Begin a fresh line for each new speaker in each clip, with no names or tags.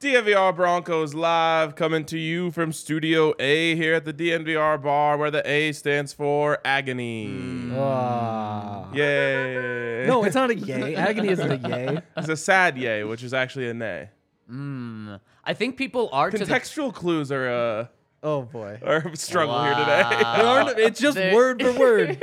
DNVR Broncos live coming to you from Studio A here at the DNVR bar where the A stands for agony.
Hmm.
Ah.
Yay.
No, Oh, it's not a yay. Agony isn't a yay.
It's a sad yay, which is actually a nay.
I think people are to the
Contextual clues are uh,
Oh boy.
are a struggle here today.
Wow.
There aren't- it's just
There-
word for word.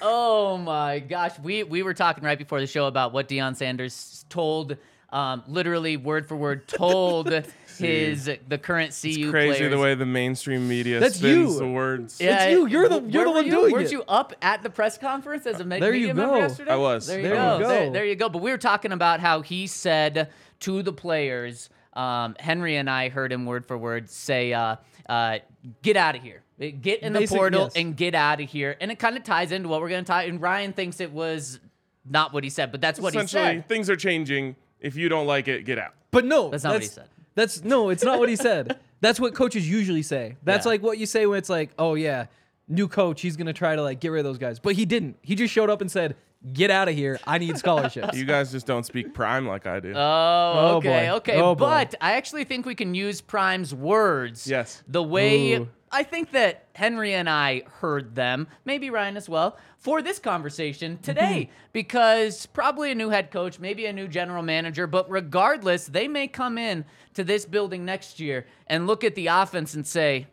Oh my gosh, we we were talking right before the show about what Deion Sanders told, um, literally word for word told his the current CU
It's crazy
players.
the way the mainstream media
That's
spins
you.
the words.
Yeah,
It's you. You're the- you're
wh-
the
where
one
were you?
doing
Weren't
it.
you up at the press conference as a me-
There you
media member
go.
yesterday?
I was.
There you
There
go.
you go.
There, there you go. But we were talking about how he said to the players, um, Henry and I heard him word for word say, uh, uh, "Get out of here. Get in
Basic-
the portal
yes.
and get out of here." And it kind of ties into what we're going to tie. And Ryan thinks it was not what he said, but that's what he
Essentially,
said.
things are changing. If you don't like it, get out.
But no,
That's not what he said.
That's no, it's not what he said. That's what coaches usually say. That's
Yeah.
like what you say when it's like, oh yeah, new coach, he's gonna try to like get rid of those guys. But he didn't. He just showed up and said, get out of here. I need scholarships.
You guys just don't speak prime like I do.
Oh,
Oh,
okay,
boy.
okay.
Oh, boy.
but I actually think we can use Prime's words.
Yes.
The way
Ooh.
I think that Henry and I heard them, maybe Ryan as well, for this conversation today,
Mm-hmm.
because probably a new head coach, maybe a new general manager, but regardless, they may come in to this building next year and look at the offense and say,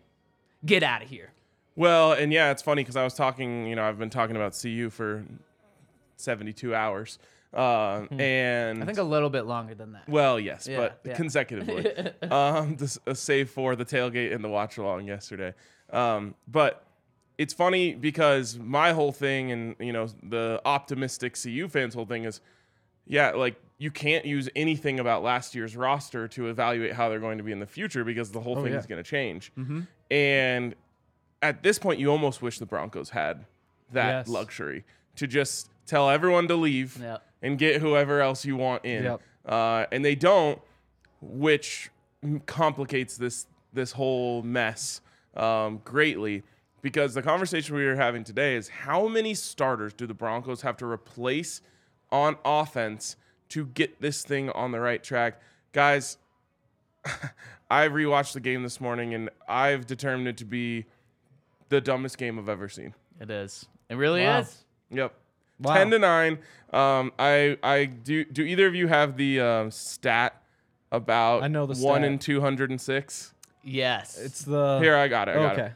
get out of here.
Well, and yeah, it's funny because I was talking, you know, I've been talking about CU for 72 hours. Uh, and
I think a little bit longer than that.
well, yes,
Yeah,
but
yeah.
consecutively, um, this, uh, save for the tailgate and the watch along yesterday. Um, but it's funny because my whole thing and, you know, the optimistic CU fans' whole thing is, yeah, like you can't use anything about last year's roster to evaluate how they're going to be in the future because the whole thing
yeah.
is going to change. And at this point, you almost wish the Broncos had that
Yes.
luxury to just tell everyone to leave
Yep.
and get whoever else you want in.
Yep.
Uh, and they don't, which m- complicates this this whole mess um, greatly. Because the conversation we were having today is how many starters do the Broncos have to replace on offense to get this thing on the right track, guys? I rewatched the game this morning and I've determined it to be the dumbest game I've ever seen.
It is. It really
Wow.
is.
Yep.
Wow.
Ten to nine. Um, I I do. Do either of you have the um, stat about
I know the
one
stat.
in two hundred and six?
Yes.
it's the
Here I got it. I got
Uh, Okay.
it.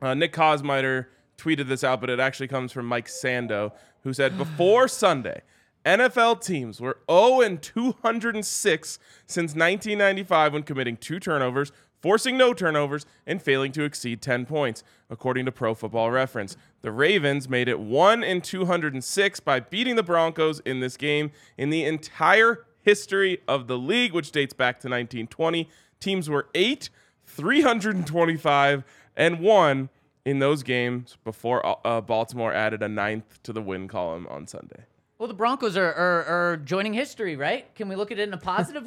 Uh, Nick Cosmiter tweeted this out, but it actually comes from Mike Sando, who said before Sunday, NFL teams were 0 and 206 since 1995 when committing two turnovers, forcing no turnovers, and failing to exceed 10 points, according to Pro Football Reference. The Ravens made it 1 and 206 by beating the Broncos in this game in the entire history of the league, which dates back to 1920. Teams were 8 325 and one in those games before uh, Baltimore added a ninth to the win column on Sunday.
Well, the Broncos are, are, are joining history, right? Can we look at it in a positive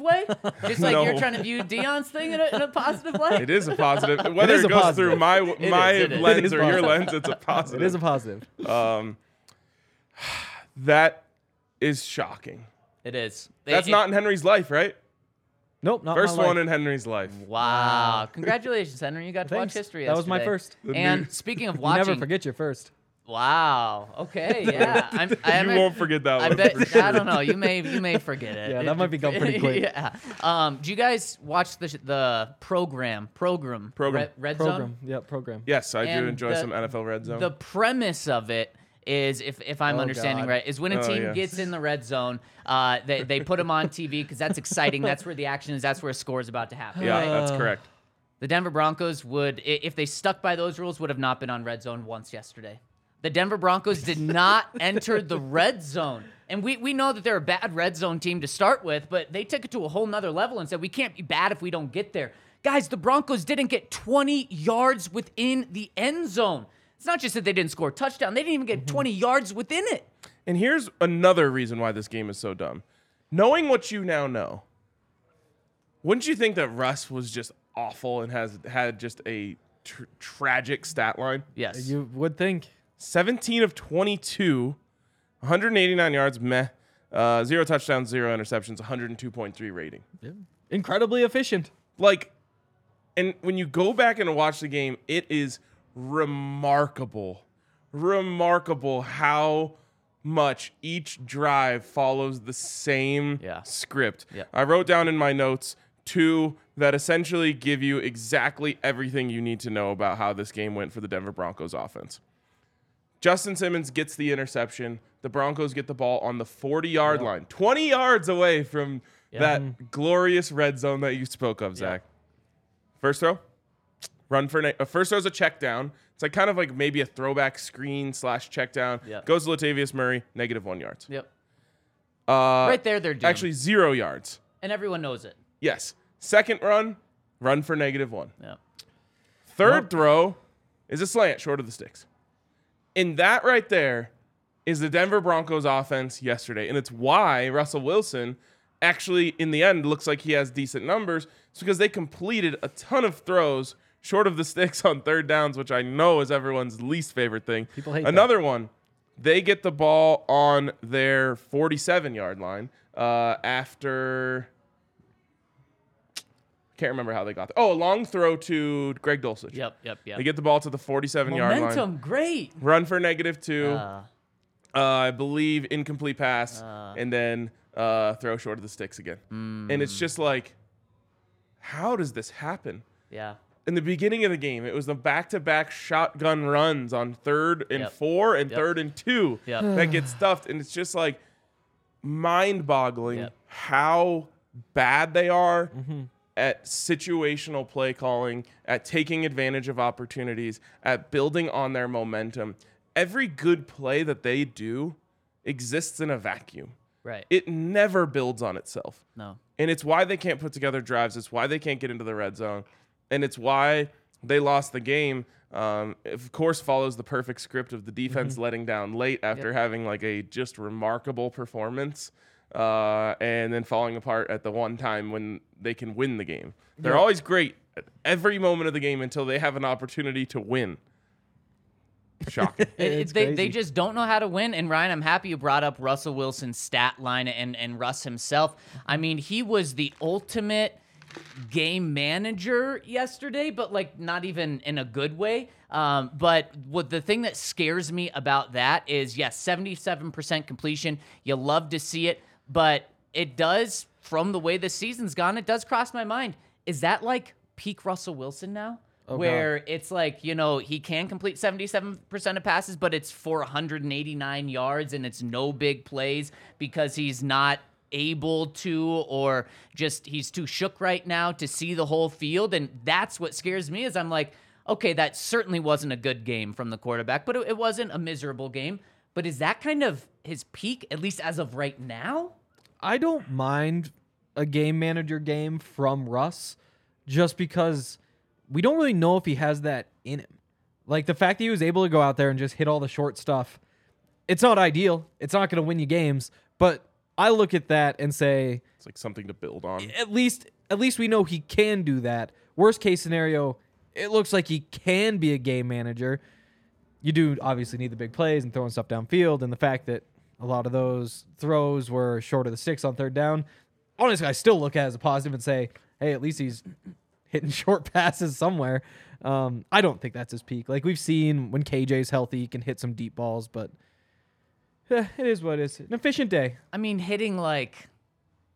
way? Just like
No.
you're trying to view Dion's thing in a, in a positive light?
It is a positive. Whether
is
it,
a
goes
positive.
through my
is,
my
it is.
It
lens
is
or your
positive.
lens, it's a positive.
it is a positive.
that is shocking.
It is.
That's
It-
not in Henry's life, right?
Nope, not
First
my
one
life.
in Henry's life.
Wow. Congratulations, Henry. You got to watch
Thanks.
history
That was my
yesterday.
first.
And speaking of watching,
You never forget your first.
Wow. Okay. Yeah. I'm, I
you
haven't-
won't forget that
I
one.
bet.
for sure.
I don't know. You may. You may forget it.
Yeah,
It
that might
dep-
become pretty quick.
yeah. Um. Do you guys watch the sh- the program? Program.
Program.
Red, Red Zone.
Program. Yeah, program.
Yes, I do
And
enjoy
the-
some NFL red zone.
The premise of it is, if if I'm
Oh,
understanding
God.
right, is when a
Oh,
team
yeah.
gets in the red zone, uh, they they put them on TV because that's exciting. that's where the action is. That's where a score is about to happen.
yeah,
right?
that's correct.
The Denver Broncos would, i- if they stuck by those rules, would have not been on red zone once yesterday. The Denver Broncos did not enter the red zone. And we, we know that they're a bad red zone team to start with, but they took it to a whole nother level and said, we can't be bad if we don't get there. Guys, the Broncos didn't get 20 yards within the end zone. It's not just that they didn't score a touchdown, they didn't even get 20 yards within it.
And here's another reason why this game is so dumb. Knowing what you now know, wouldn't you think that Russ was just awful and has had just a tr- tragic stat line?
Yes.
You would think.
17 of 22, 189 yards, meh. Uh, zero touchdowns, zero interceptions, 102.3 rating.
Incredibly efficient.
Like, and when you go back and watch the game, it is remarkable, remarkable how much each drive follows the same
Yeah.
script.
Yeah.
I wrote down in my notes two that essentially give you exactly everything you need to know about how this game went for the Denver Broncos offense. Justin Simmons gets the interception. The Broncos get the ball on the 40 yard line, 20 yards away from that glorious red zone that you spoke of, Zach. First throw, run for an, uh, first throw's a check down. It's like kind of like maybe a throwback screen slash check down.
Yeah.
Goes to Latavius Murray, negative one yards.
Yep.
Uh,
Right there, they're doomed.
actually, zero yards.
and everyone knows it.
Yes. Second run, run for negative one.
Yeah.
Third throw is a slant short of the sticks. And that right there is the Denver Broncos offense yesterday. And it's why Russell Wilson actually, in the end, looks like he has decent numbers. It's because they completed a ton of throws short of the sticks on third downs, which I know is everyone's least favorite thing.
People hate that.
Another one, they get the ball on their 47 yard line uh, after. Can't remember how they got there. Oh, a long throw to Greg Dulcich.
Yep. Yep. Yep.
They get the ball to the 47 yard line.
Momentum, great.
Run for negative two. Uh,
Uh,
I believe incomplete pass. and then uh, throw short of the sticks again. And it's just like, how does this happen?
yeah.
In the beginning of the game, it was the back to back shotgun runs on third and
Yep.
four and
Yep.
third and two
Yep.
that get stuffed. And it's just like mind boggling
Yep. Mm-hmm.
how bad they are at situational play calling, at taking advantage of opportunities, at building on their momentum. Every good play that they do exists in a vacuum.
Right.
It never builds on itself.
no.
And it's why they can't put together drives. It's why they can't get into the red zone. And it's why they lost the game. Um, of course, follows the perfect script of the defense letting down late after having like a just remarkable performance uh, and then falling apart at the one time when they can win the game. They're always great at every moment of the game until they have an opportunity to win. Shocking.
It- it-
It's
they, they
crazy.
just don't know how to win. And Ryan, I'm happy you brought up Russell Wilson's stat line and, and Russ himself. I mean, he was the ultimate game manager yesterday, but like not even in a good way. Um, but what the thing that scares me about that is yes, 77% completion. You love to see it, but it does, from the way the season's gone, it does cross my mind. Is that like peak Russell Wilson now? where it's like, you know, he can complete 77% of passes, but it's 489 yards and it's no big plays because he's not able to or just he's too shook right now to see the whole field and that's what scares me is I'm like, okay, that certainly wasn't a good game from the quarterback, but it, it wasn't a miserable game, but is that kind of his peak at least as of right now?
I don't mind a game manager game from Russ just because we don't really know if he has that in him. Like the fact that he was able to go out there and just hit all the short stuff, it's not ideal. It's not going to win you games, but I look at that and say
it's like something to build on.
at least at least we know he can do that. Worst case scenario, it looks like he can be a game manager. You do obviously need the big plays and throwing stuff downfield, and the fact that a lot of those throws were short of the six on third down. Honestly, I still look at it as a positive and say, hey, at least he's hitting short passes somewhere. Um, I don't think that's his peak. Like we've seen when KJ's healthy, he can hit some deep balls, but eh, it is what it is. An efficient day.
I mean, hitting like,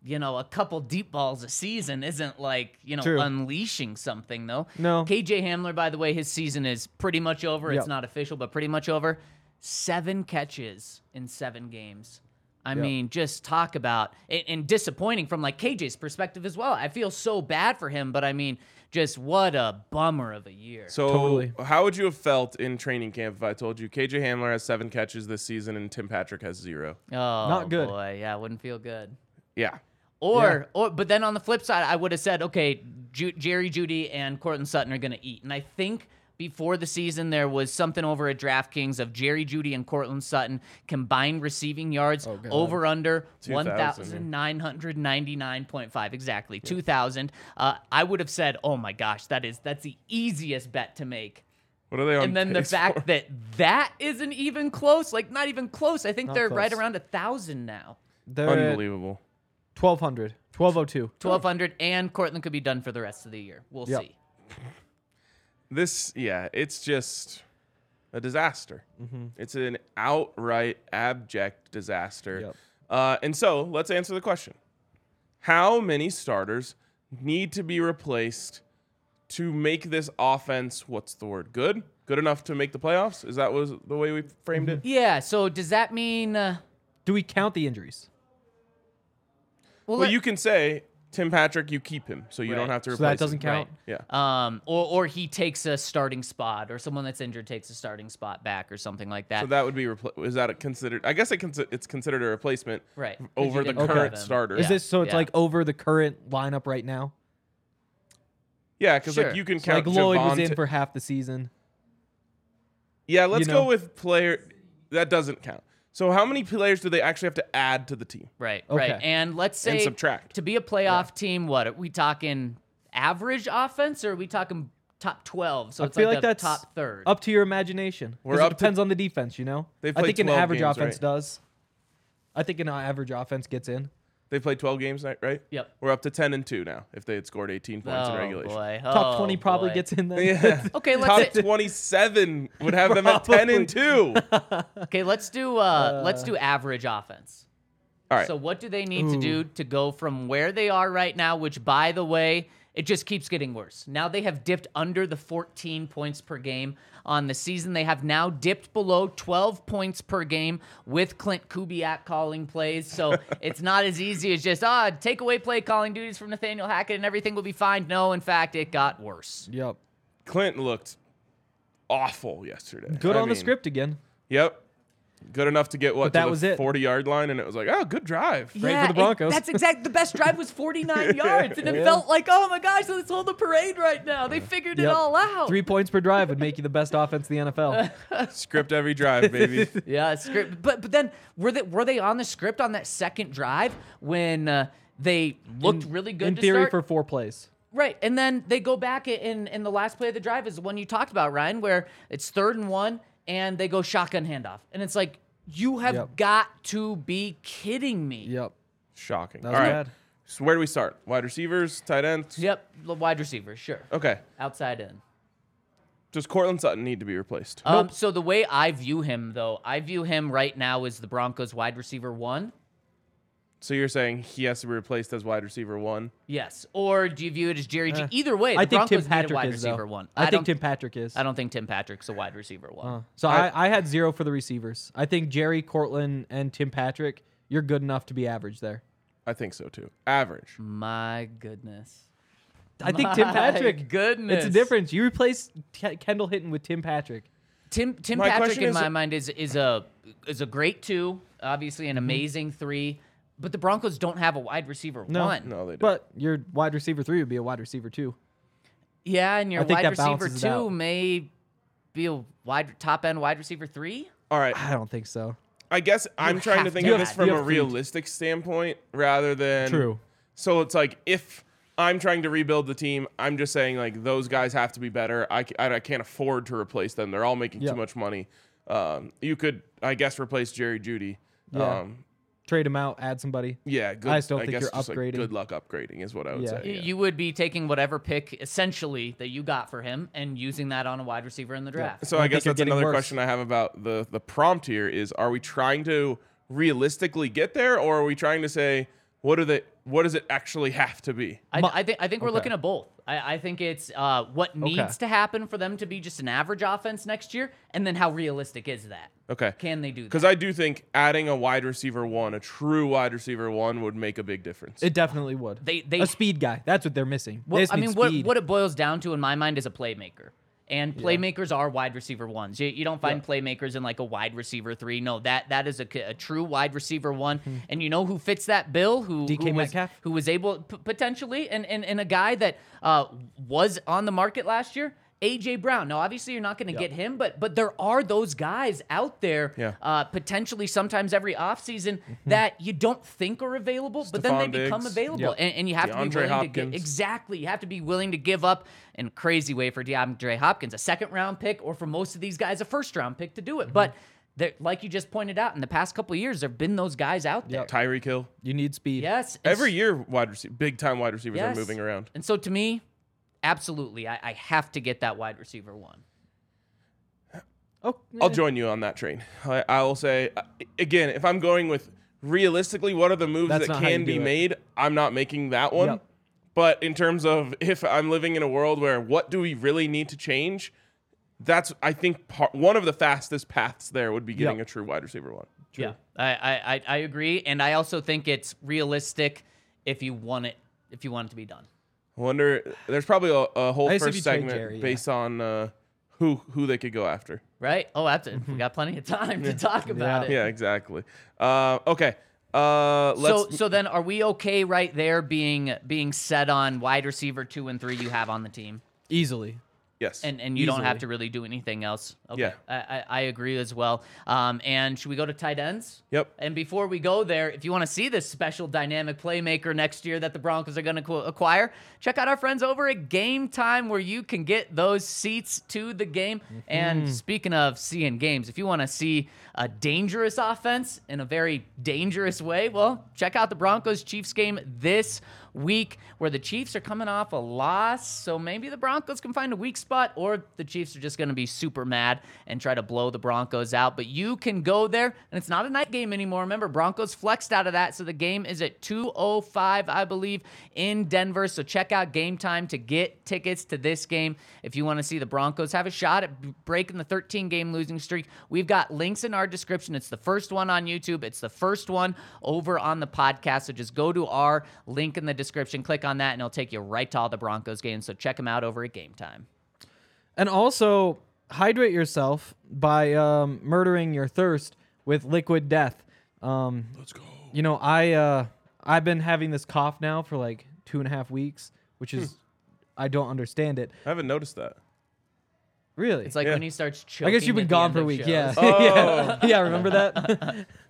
you know, a couple deep balls a season isn't like, you know,
True.
unleashing something, though.
No.
KJ Hamler, by the way, his season is pretty much over.
Yep.
It's not official, but pretty much over. Seven catches in seven games. I mean, just talk about and, and disappointing from like KJ's perspective as well. I feel so bad for him, but I mean, just what a bummer of a year.
So,
Totally.
how would you have felt in training camp if I told you KJ Hamler has seven catches this season and Tim Patrick has zero?
oh, not
good.
Boy, yeah, wouldn't feel good.
Yeah.
Or, or, but then on the flip side, I would have said, okay, Ju- Jerry Judy and Cortland Sutton are going to eat. And I think before the season, there was something over at DraftKings of Jerry Judy and Cortland Sutton combined receiving yards
Oh,
over under
2,000.
1,999.5. Exactly, 2,000. Uh, I would have said, oh my gosh, that is, that's the easiest bet to make
What are they on?
and then the
pace
fact
for?
that that isn't even close, like not even close. I think they're right
close.
around a thousand now.
They're Unbelievable.
unbelievable.
1200, 1202.
Twelve hundred, and Cortland could be done for the rest of the year. We'll
Yep.
see.
This, yeah, it's just a disaster.
Mm-hmm.
It's an outright abject disaster.
Yep.
Uh, and so let's answer the question: How many starters need to be replaced to make this offense? What's the word? Good, good enough to make the playoffs? Is that was the way we
Mm-hmm.
framed it?
Yeah. So does that mean? Uh,
Do we count the injuries?
well,
Well,
let-
you can say Tim Patrick, you keep him, so you don't
Right.
have to
So
replace.
that doesn't
him.
count. Uh,
Yeah.
um, or or he takes a starting spot, or someone that's injured takes a starting spot back, or something like that.
So that would be repl- is that a considered? I guess it consi- it's considered a replacement
Right, 'cause
over the
you didn't have
current
him.
starter.
Is this so it's
yeah.
like over the current lineup right now?
yeah, because
Sure.
like you can
So like
count
Lloyd was
Javonte-
in for half the season.
yeah, let's
you
go
know.
with player. That doesn't count. So how many players do they actually have to add to the team?
right. Right.
Okay.
And let's say
And subtract.
to be a playoff team. What are we talking? Average offense, or are we talking top twelve? So
I
it's
feel
like,
like
the
that's
top third.
up to your imagination.
We're
Because it
up to-
depends on the defense, you know.
They've
I
played
think an
12
average
games,
offense
right?
does. I think an average offense gets in.
They played 12 games, right? Right.
Yep.
We're up to 10 and two now. If they had scored 18 points in
Oh,
regulation,
boy.
Top
Oh,
20 probably
boy.
gets in then.
yeah.
Okay, let's
Top
hit-
27 would have them at 10 and two.
Okay, let's do uh, let's do average offense.
All right.
So what do they need to do to go from where they are right now, which by the way, it just keeps getting worse. Now they have dipped under the 14 points per game on the season. They have now dipped below 12 points per game with Clint Kubiak calling plays. So it's not as easy as just, ah, take away play calling duties from Nathaniel Hackett and everything will be fine. No, in fact, it got worse.
Yep.
Clint looked awful yesterday.
Good
I
on the
mean,
script again.
Yep. Good enough to get what
But that
to the
was it.
40 yard line, and it was like, oh, good drive.
Great for the
it-
Broncos.
that's exactly the best drive was 49 yards, and it felt like, oh my gosh, let's hold the parade right now. They figured it
Yep.
all out.
Three points per drive would make you the best offense in the NFL.
Script every drive, baby.
Yeah, script. But but then were they were they on the script on that second drive when uh, they looked really good?
in
to
theory
start?
for four plays.
Right, and then they go back in in the last play of the drive is the one you talked about, Ryan, where it's third and one, and they go shotgun handoff, and it's like you have
Yep.
got to be kidding me.
Yep.
Shocking.
That was
All right.
bad.
So where do we start? Wide receivers, tight ends.
Yep, the wide receiver, sure,
Okay.
outside in.
Does Cortland Sutton need to be replaced?
Uh,
Um, so the way I view him, though, I view him right now as the Broncos wide receiver one.
So you're saying he has to be replaced as wide receiver one?
Yes. Or do you view it as Jerry G? Either way, the
Eh. I think
Broncos
Tim
need
Patrick
a wide
is
receiver
though.
one.
I,
don't,
think Tim Patrick is.
I don't think Tim Patrick's a wide receiver one.
so I, I had zero for the receivers. I think Jerry Cortland and Tim Patrick, you're good enough to be average there.
I think so too. Average.
My goodness.
I think Tim
My
Patrick.
goodness.
It's a difference. You replace Ke- Kendall Hinton with Tim Patrick.
Tim Tim
My
Patrick
question
in
is-
my mind is is a is a great two, obviously an amazing three, but the Broncos don't have a wide receiver one.
No, they don't.
But your wide receiver three would be a wide receiver two.
Yeah, and your
I think
wide
that
receiver
balances it
two
out.
may be a wide top end wide receiver three.
All right.
I don't think so.
I guess I'm trying to
have
think
to
of this
add-
from
you
a
have to-
realistic standpoint rather than
True.
So it's like if I'm trying to rebuild the team, I'm just saying like those guys have to be better. I, ca- I can't afford to replace them. They're all making
Yeah.
too much money. Um, you could I guess replace Jerry Judy.
Yeah.
Um,
trade him out, add somebody.
Yeah, good,
I just don't think
guess
you're
just, like,
upgrading.
good luck upgrading is what I would
Yeah.
say.
You-
Oh, yeah.
You would be taking whatever pick essentially that you got for him and using that on a wide receiver in the draft.
So
I
I,
think
guess
you're
that's
getting
another
worse.
question I have about the the prompt here is are we trying to realistically get there or are we trying to say what are the what does it actually have to be?
I,
Ma-
I think I think we're
Okay.
looking at both. I, I think it's uh, what needs to happen for them to be just an average offense next year, and then how realistic is that?
Okay.
Can they do that?
Cuz I do think adding a wide receiver one, a true wide receiver one would make a big difference.
It definitely would.
They- they-
a speed guy. That's what they're missing. They
Well,
just
I
need
mean, what,
speed.
what it boils down to in my mind is a playmaker. And playmakers are wide receiver ones. You, you don't find playmakers in like a wide receiver three. No, that that is a, c- a true wide receiver one. And you know who fits that bill? Who
DK
who was,
Metcalf?
who was able p- potentially and, and and a guy that uh, was on the market last year. AJ Brown. Now, obviously, you're not going to get him, but but there are those guys out there,
Yeah.
uh, potentially sometimes every offseason that you don't think are available, but then they
Stephon
become
Diggs.
available, and, and you have to be
DeAndre
willing to
Hopkins.
get Exactly. You have to be willing to give up in a crazy way for DeAndre Hopkins, a second round pick, or for most of these guys, a first round pick to do it. But there, like you just pointed out, in the past couple of years, there have been those guys out there.
Tyreek Hill.
you need speed.
Yes. and
Every
s-
year wide receiver big time wide receivers
yes.
are moving around.
And so to me, absolutely, I, I have to get that wide receiver one.
Oh,
I'll join you on that train. I, I will say uh, again, if I'm going with realistically, what are the moves
That's
that
not how
can
you
be
do it.
made? I'm not making that one.
Yep.
But in terms of if I'm living in a world where what do we really need to change? That's I think part, one of the fastest paths there would be getting
Yep.
a true wide receiver one.
Yeah, I, I, I, I agree, and I also think it's realistic if you want it if you want it to be done.
I wonder. There's probably a, a whole
I guess if
first
you trade
segment
Jerry, yeah.
based on uh, who who they could go after.
Right? Oh, that's it. We got plenty of time to talk about it.
Mm-hmm. Yeah, exactly. Uh, okay. Uh, let's
So so then are we okay right there being being set on wide receiver two and three you have on the team?
easily.
yes.
And and you don't have
Easily.
to really do anything else. Okay.
Yeah.
I, I, I agree as well. Um and should we go to tight ends?
Yep.
And before we go there, if you want to see this special dynamic playmaker next year that the Broncos are going to qu- acquire, check out our friends over at Game Time where you can get those seats to the game. And speaking of seeing games, if you want to see a dangerous offense in a very dangerous way, well, check out the Broncos Chiefs game this week where the Chiefs are coming off a loss. So maybe the Broncos can find a weak spot or the Chiefs are just going to be super mad and try to blow the Broncos out. But you can go there and it's not a night game anymore. Remember, Broncos flexed out of that. So the game is at 205, I believe, in Denver. So check out game time to get tickets to this game. If you want to see the Broncos have a shot at b- breaking the 13 game losing streak, we've got links in our description. It's the first one on YouTube, it's the first one over on the podcast. So just go to our link in the description, click on that, and it'll take you right to all the Broncos games. So check them out over at game time.
And also hydrate yourself by um, murdering your thirst with liquid death. Um, Let's go. You know, I uh, I've been having this cough now for like two and a half weeks, which
Hmm.
is I don't understand it
I haven't noticed that.
really.
It's like
Yeah.
when he starts choking.
I guess you've
at
been
the
gone
end
for a
of
week.
shows.
Yeah. yeah. Yeah. Remember that?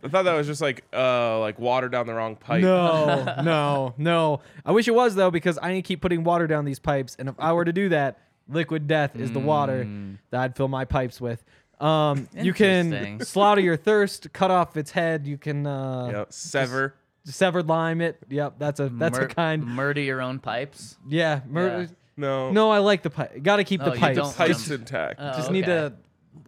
I thought that was just like uh, like water down the wrong pipe.
No, no, no. I wish it was though, because I need to keep putting water down these pipes, and if I were to do that, liquid death is the water
Mm.
that I'd fill my pipes with. Um, you can
Interesting.
slaughter your thirst, cut off its head. You can uh,
Yep. Sever.
severed lime it. Yep, that's a that's a
Mur-
kind.
murder your own pipes.
Yeah, mur-
Yeah.
No.
No, Uh. I like the pipe. Got to keep
Oh,
the
you
pipes.
don't-
Pipes
Just-
intact.
Oh,
just need
okay.
to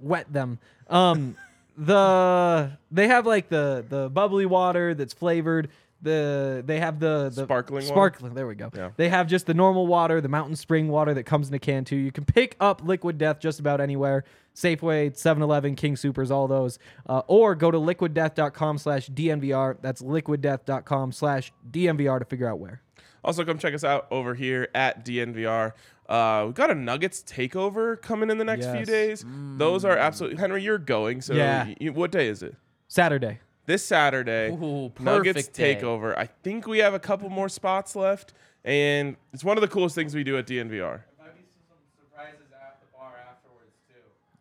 wet them. Um, the they have like the the bubbly water that's flavored. The they have the, the
Sparkling water?
sparkling. There we go.
Yeah.
They have just the normal water, the mountain spring water that comes in a can too. You can pick up Liquid Death just about anywhere. Safeway, 7-Eleven, King Supers, all those. Uh, or go to liquiddeath.com slash DNVR. That's liquiddeath.com slash DNVR to figure out where.
Also, come check us out over here at DNVR. Uh, we got a Nuggets takeover coming in the next few
Yes. Mm.
days. Those are absolutely Henry. You're going, so
Yeah.
y- y- what day is it?
Saturday.
This Saturday,
Ooh,
Nuggets
perfect day.
takeover. I think we have a couple more spots left, and it's one of the coolest things we do at DNVR.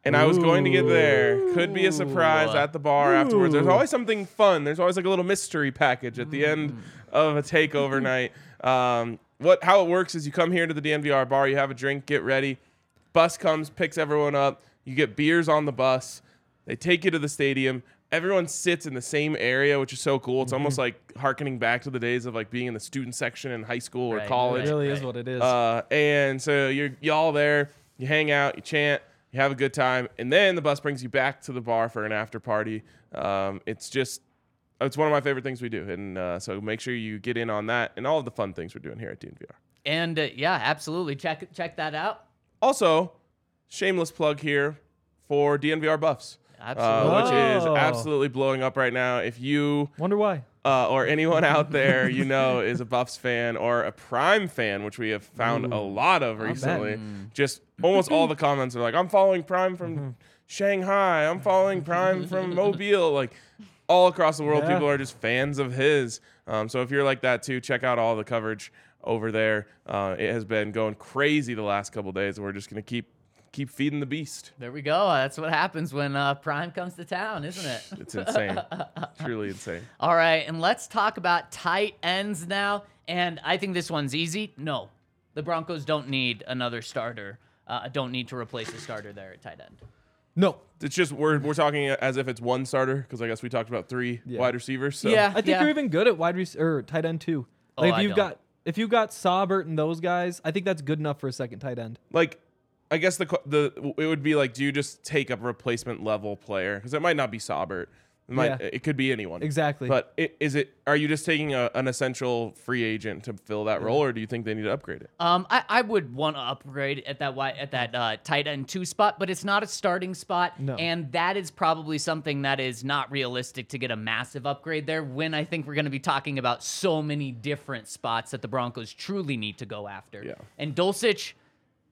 And I was going to get there. Could be a surprise
Ooh.
at the bar afterwards. There's always something fun. There's always like a little mystery package at the
Mm.
end of a takeover night. Um, what how it works is you come here to the DNVR bar, you have a drink, get ready. Bus comes, picks everyone up. You get beers on the bus. They take you to the stadium. everyone sits in the same area, which is so cool. It's
Mm-hmm.
almost like harkening back to the days of like being in the student section in high school or
Right,
Oh, It
college.
right.
really is what it is.
Uh, and so you're y'all there, you hang out, you chant, you have a good time, and then the bus brings you back to the bar for an after party. Um, it's just it's one of my favorite things we do, and uh, so make sure you get in on that and all of the fun things we're doing here at DNVR.
And uh, yeah, absolutely. Check check that out.
Also, shameless plug here for DNVR buffs, uh, which
Absolutely.
is
Whoa.
absolutely blowing up right now. If you
Wonder why.
uh, or anyone out there you know is a Buffs fan or a Prime fan, which we have found a lot of recently. Just almost all the comments are like, "I'm following Prime from Shanghai. I'm following Prime from Mobile." Like all across the world,
Yeah.
people are just fans of his. Um, so if you're like that too, check out all the coverage over there. Uh, it has been going crazy the last couple days. and We're just gonna keep keep feeding the beast.
There we go. That's what happens when uh, Prime comes to town, isn't it?
It's insane, truly insane.
All right, and let's talk about tight ends now. And I think this one's easy. No, the Broncos don't need another starter. Uh, don't need to replace a starter there at tight end.
No,
It's just we're we're talking as if it's one starter because I guess we talked about three
Yeah.
wide receivers. So.
Yeah.
I think you're even good at wide receiver or tight end too.
Oh,
Like
I
if you've
don't.
got if you've got Saubert and those guys, I think that's good enough for a second tight end.
like I guess the qu- the it would be like do you just take a replacement level player because it might not be Saubert. It might
Yeah.
it could be anyone
Exactly.
But i- is it are you just taking a, an essential free agent to fill that role, or do you think they need to upgrade it?
Um, I, I would want to upgrade at that wide, at that uh, tight end two spot, but it's not a starting spot,
No.
and that is probably something that is not realistic to get a massive upgrade there. When I think we're going to be talking about so many different spots that the Broncos truly need to go after,
Yeah.
and Dulcich,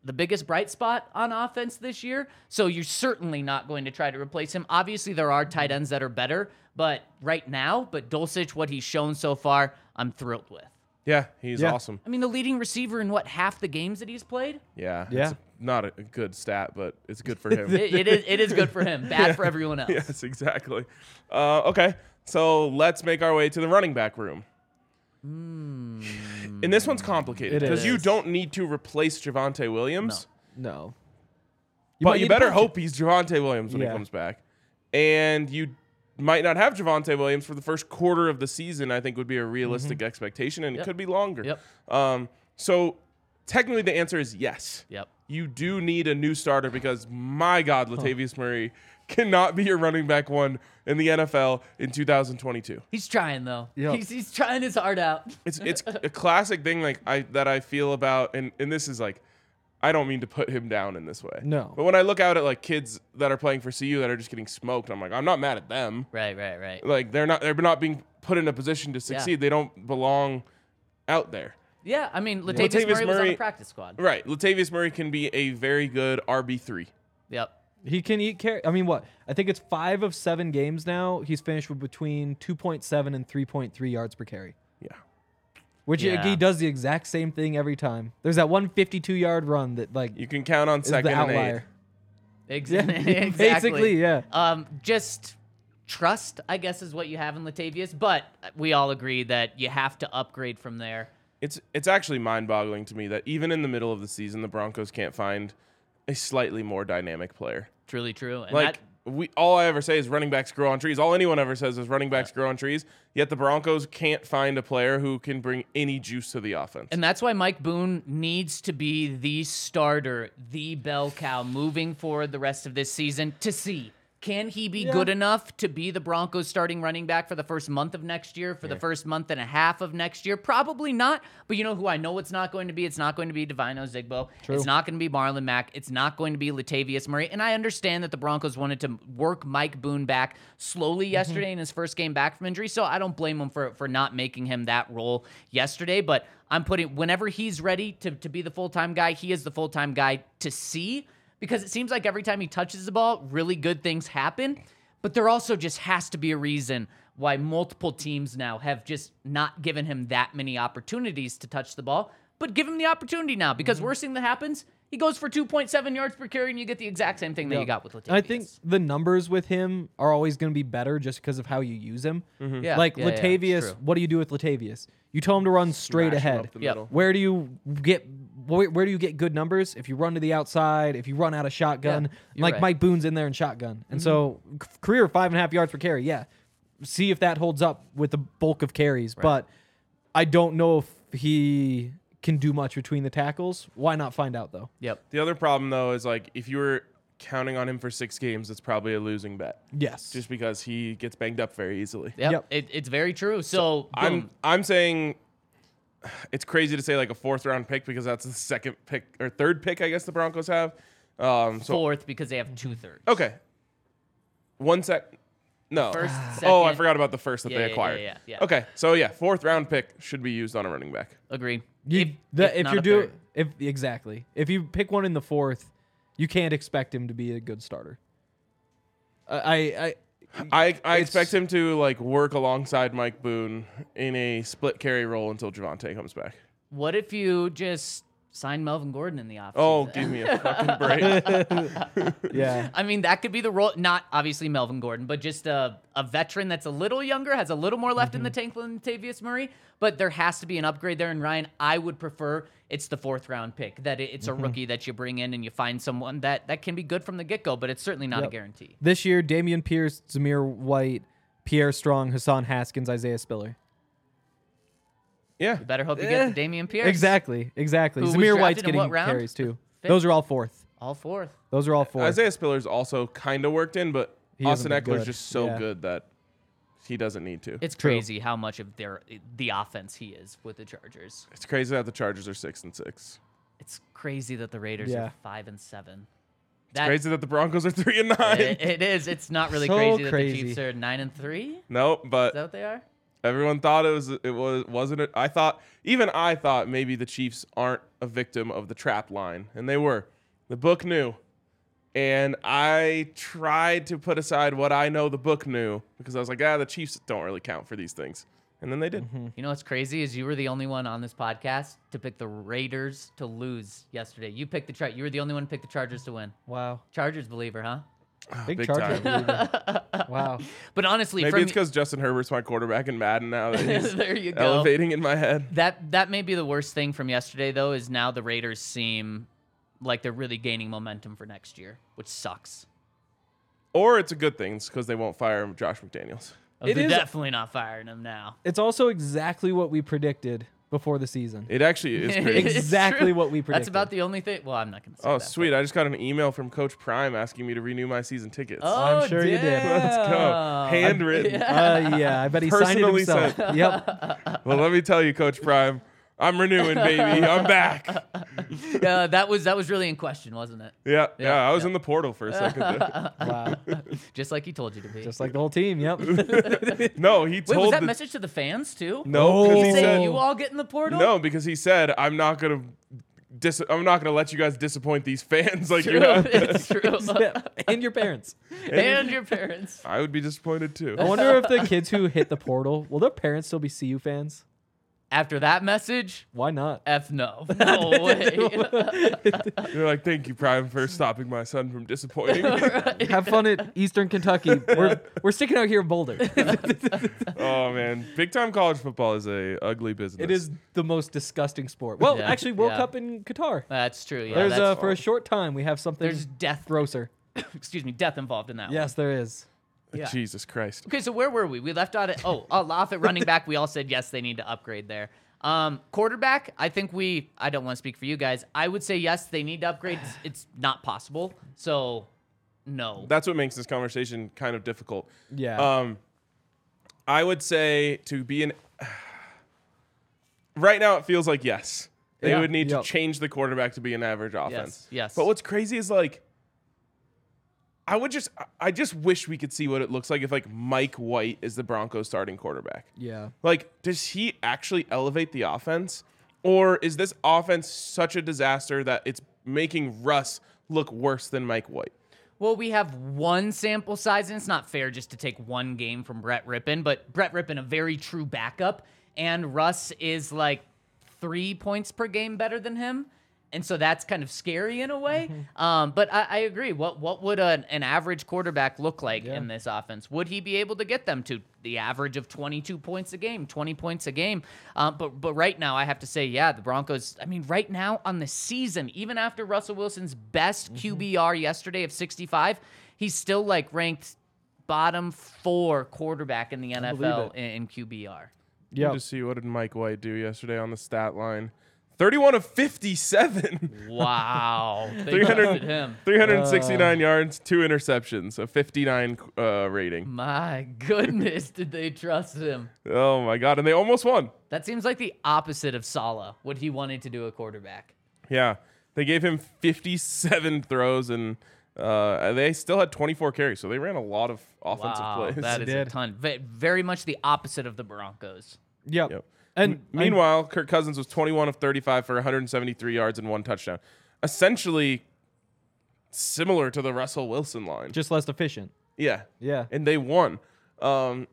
the biggest bright spot on offense this year, so you're certainly not going to try to replace him. Obviously, there are tight ends that are better, but right now, but Dulcich, what he's shown so far, I'm thrilled with.
Yeah, he's
Yeah.
awesome.
I mean, the leading receiver in what half the games that he's played.
Yeah,
Yeah.
It's not a good stat, but it's good for him.
It- it is it is good for him, bad for everyone else.
yes, exactly. Uh, okay, so let's make our way to the running back room. And this one's complicated
It
because you
is.
don't need to replace Javante Williams.
No. might
but
need
you
a
better
punch.
hope he's Javante Williams when
Yeah.
he comes back. And you might not have Javante Williams for the first quarter of the season, I think would be a realistic expectation, and
Yep.
it could be longer.
Yep.
Um, so technically, the answer is yes.
Yep.
You do need a new starter because, my God, Latavius Murray cannot be your running back one in the NFL in 2022.
He's trying though.
Yep.
He's he's trying his heart out.
It's it's a classic thing like I that I feel about and and this is like I don't mean to put him down in this way.
No.
But when I look out at like kids that are playing for CU that are just getting smoked, I'm like I'm not mad at them.
Right, right, right.
Like they're not they're not being put in a position to succeed. They don't belong out there.
Yeah, I mean, Latavius,
Latavius
Murray, was on the
Murray-
practice squad.
Right. Latavius Murray can be a very good RB3.
Yep.
He can eat carry. I mean, what? I think it's five of seven games now. He's finished with between 2.7 and 3.3 yards per carry,
Yeah.
which he-
Yeah.
he does the exact same thing every time. There's that one 52 yard run that, like,
You can count on
is
second
the
and eight.
outlier.
Ex-
Yeah,
exactly.
basically, yeah.
Um, just trust, I guess, is what you have in Latavius. But we all agree that you have to upgrade from there.
It's it's actually mind-boggling to me that even in the middle of the season the Broncos can't find a slightly more dynamic player.
Truly true. And
Like
that,
we, all I ever say is running backs grow on trees. All anyone ever says is running backs grow on trees. Yet the Broncos can't find a player who can bring any juice to the offense.
And that's why Mike Boone needs to be the starter, the bell cow moving forward the rest of this season to see. Can he be good enough to be the Broncos starting running back for the first month of next year, for the first month and a half of next year? Probably not. But you know who I know it's not going to be? It's not going to be Divino Zigbo. It's not going to be Marlon Mack. It's not going to be Latavius Murray. And I understand that the Broncos wanted to work Mike Boone back slowly yesterday in his first game back from injury. So I don't blame him for, for not making him that role yesterday. But I'm putting whenever he's ready to, to be the full time guy, he is the full time guy to see because it seems like every time he touches the ball, really good things happen. But there also just has to be a reason why multiple teams now have just not given him that many opportunities to touch the ball. But give him the opportunity now because
Mm-hmm.
worst thing that happens, he goes for 2.7 yards per carry and you get the exact same thing that you got with Latavius.
And I think the numbers with him are always going to be better just because of how you use him.
Mm-hmm.
Yeah,
like
yeah, yeah, it's
Latavius,
true.
what do you do with Latavius? You tell him to run straight
Smash him
ahead.
up the
Yep.
middle.
Where do you get where, where do you get good numbers? If you run to the outside, if you run out of shotgun,
you're
like
right. Mm-hmm.
Mike Boone's in there in shotgun, and so c- career five and a half yards per carry. Yeah, see if that holds up with the bulk of carries, but I don't know if he can do much between the tackles. Why not find out though?
Yep.
The other problem though is like if you were counting on him for six games, it's probably a losing bet.
Yes,
Just because he gets banged up very easily.
Yep.
Yep.
It, it's very true. So, boom.
I'm I'm saying it's crazy to say like a fourth round pick because that's the second pick or third pick I guess the Broncos have. Um, so
fourth because they have two thirds.
okay, one sec. No.
First,
Oh, I
second.
forgot about the first that
Yeah, yeah,
they
yeah,
acquired.
yeah, yeah.
Okay, so yeah, fourth round pick should be used on a running back.
Agree.
You,
if,
the-
if
if,
not
you're
a
doing
third.
if exactly if you pick one in the fourth, you can't expect him to be a good starter. I I, I
I, I
It's-
expect him to like work alongside Mike Boone in a split carry role until Javante comes back.
What if you just sign Melvin Gordon in the office?
Oh, give me a fucking break.
yeah
I mean, that could be the role. Not obviously Melvin Gordon, but just a, a veteran that's a little younger, has a little more left in the
Mm-hmm.
tank than Tavius Murray. But there has to be an upgrade there. And Ryan, I would prefer it's the fourth round pick that it,
Mm-hmm.
it's a rookie that you bring in and you find someone that that can be good from the get go. But it's certainly not
Yep.
a guarantee.
this year Damian Pierce, Zamir White, Pierre Strong, Hassan Haskins, Isaiah Spiller.
Yeah. Eh,
Better hope you
Eh,
get the Damian Pierce.
Exactly exactly.
Who was
Zamir
drafted
White's
in what
getting
round?
carries too.
Fifth?
Those are all fourth.
All fourth.
Those are all fourth.
Isaiah Spiller's also kind of worked in, but
He hasn't
Austin
been
Eckler's
good.
just so
Yeah.
good that he doesn't need to.
It's
True.
crazy how much of their the offense he is with the Chargers.
It's crazy that the Chargers are six and six.
It's crazy that the Raiders
Yeah.
are five and seven.
It's
That
crazy that the Broncos are three and nine.
it- it is. It's not really
So
crazy, that
crazy.
the Chiefs are nine and three. Is
no,
that
but
what they are?
everyone thought it was it was wasn't it. I thought even I thought maybe the Chiefs aren't a victim of the trap line, and they were. The book knew, and I tried to put aside what I know the book knew because I was like, ah, the Chiefs don't really count for these things, and then they did.
You know what's crazy is you were the only one on this podcast to pick the Raiders to lose yesterday. You picked the chart. You were the only one to pick the Chargers to win.
wow,
Chargers believer, huh? Ah,
big,
big
Charger believer. wow.
But honestly,
Maybe
from
it's because Justin Herbert's my quarterback in Madden now that he's
there you go.
elevating in my head.
That that may be the worst thing from yesterday though is now the Raiders seem like they're really gaining momentum for next year, which sucks.
Or it's a good thing because they won't fire Josh McDaniels.
Oh,
It
they're
is-
definitely not firing him now.
It's also exactly what we predicted before the season.
It actually is
It's
crazy.
true.
Exactly what we
That's about
predicted.
the only thing. Well, I'm not gonna say
oh,
that,
sweet. I just got an email from Coach Prime asking me to renew my season tickets.
but-
I'm
Oh,
sure you did. Let's
Let's go.
damn.
Handwritten.
Uh, yeah, I bet he signed it
Personally
himself.
sent.
Yep.
Well, let me tell you, Coach Prime, I'm renewing, baby. I'm back.
Uh, that was that was really in question, wasn't it?
Yeah, yeah. I was in the portal for a second. there.
Wow.
Just like he told you to be.
Just like the whole team. Yep.
no, he
Wait,
told
was that
the-
message to the fans too?
no because he
Say
said
you all get in the portal.
no because he said I'm not gonna. Dis- I'm not gonna let you guys disappoint these fans like you
true.
have.
it's true.
and your parents.
and your parents.
I would be disappointed too.
I wonder if the kids who hit the portal will their parents still be CU fans?
After that message,
Why not?
f no, no way.
You're like, thank you, Prime, for stopping my son from disappointing me.
Have fun at Eastern Kentucky. We're we're sticking out here in Boulder.
oh man, big time college football is a ugly business.
it is the most disgusting sport. Well,
Yeah,
actually, World
yeah.
Cup in Qatar.
that's true. Yeah,
There's uh,
that's,
for a short time we have something
there's death.
grosser.
Excuse me, death involved in that. one.
Yes, there is.
yeah.
Jesus Christ.
Okay, so where were we? We left out at oh, uh, off at running back. We all said yes, they need to upgrade there. Um, quarterback, I think we. I don't want to speak for you guys. I would say yes, they need to upgrade. It's, it's not possible. So, no.
That's what makes this conversation kind of difficult.
Yeah.
Um, I would say to be an. Right now, it feels like yes. They
Yeah.
would need
Yep.
to change the quarterback to be an average offense.
yes.
But what's crazy is like. I would just, I just wish we could see what it looks like if like Mike White is the Broncos starting quarterback.
yeah.
Like, does he actually elevate the offense? Or is this offense such a disaster that it's making Russ look worse than Mike White?
Well, we have one sample size, and it's not fair just to take one game from Brett Rippon, but Brett Rippon, a very true backup, and Russ is like three points per game better than him. and so that's kind of scary in a way. Um, but I, I agree. What what would an, an average quarterback look like in this offense? Would he be able to get them to the average of 22 points a game, 20 points a game? Um, but but right now, I have to say, yeah, the Broncos. I mean, right now on the season, even after Russell Wilson's best QBR yesterday of 65, he's still like ranked bottom four quarterback in the NFL in, in QBR.
Yeah.
Yeah.
Just see what did Mike White do yesterday on the stat line? 31 of 57.
Wow, they
300
busted him.
Uh.
369 yards, two interceptions, a 59 uh, rating.
My goodness, did they trust him?
Oh my god, and they almost won.
That seems like the opposite of Sala, what he wanted to do a quarterback.
Yeah. They gave him 57 throws and uh, they still had 24 carries, so they ran a lot of offensive
Wow,
plays.
that is a
Did.
ton. Ve- Very much the opposite of the Broncos.
Yep.
Yep.
And
M-
I-
meanwhile, Kirk Cousins was 21 of 35 for 173 yards and one touchdown. Essentially similar to the Russell Wilson line.
just less efficient.
yeah.
Yeah.
And they won. Um,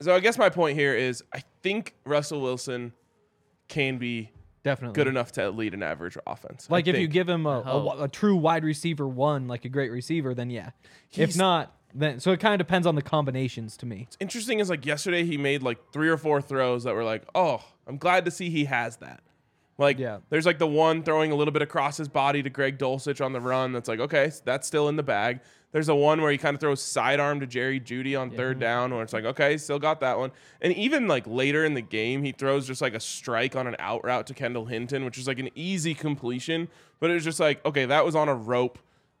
so I guess my point here is I think Russell Wilson can be
Definitely.
good enough to lead an average offense. I
Like if you
think.
give him a,
Oh.
a, wi- a true wide receiver one, like a great receiver, then yeah.
He's-
if not, then so it kind of depends on the combinations to me.
interesting is like yesterday he made like three or four throws that were like, oh, I'm glad to see he has that. Like,
Yeah.
there's like the one throwing a little bit across his body to Greg Dulcich on the run. That's like, okay, s- that's still in the bag. There's a one where he kind of throws sidearm to Jerry Judy on third down, where it's like, okay, still got that one. And even like later in the game, he throws just like a strike on an out route to Kendall Hinton, which is like an easy completion. But it was just like, okay, that was on a rope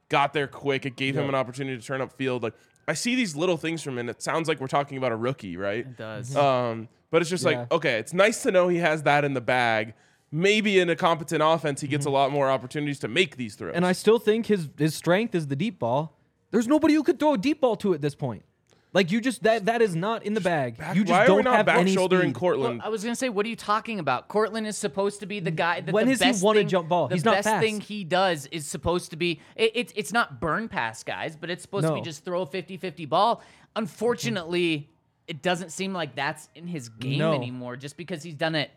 got there quick. It gave him an opportunity to turn up field. Like I see these little things from him. It sounds like we're talking about a rookie, right? It
does.
Um, but it's just like
Yeah.
okay, it's nice to know he has that in the bag. Maybe in a competent offense, he gets a lot more opportunities to make these throws.
Mm-hmm. And I still think his his strength is the deep ball. There's nobody who could throw a deep ball to at this point. Like you just that that is not in the bag.
Back-
you just
why
don't
are we not
have
back
any
shouldering
speed.
Well,
Cortland?
Um, I was gonna say, what are you talking about? Cortland is supposed to be the guy. That
When
the
has he
best
won a
thing-
jump ball?
The
He's not
best
fast.
thing he does is supposed to be. It, it's it's not burn pass guys, but it's supposed to be
No.
just throw a 50-50 ball. Unfortunately, it doesn't seem like that's in his game
No.
anymore. Just because he's done it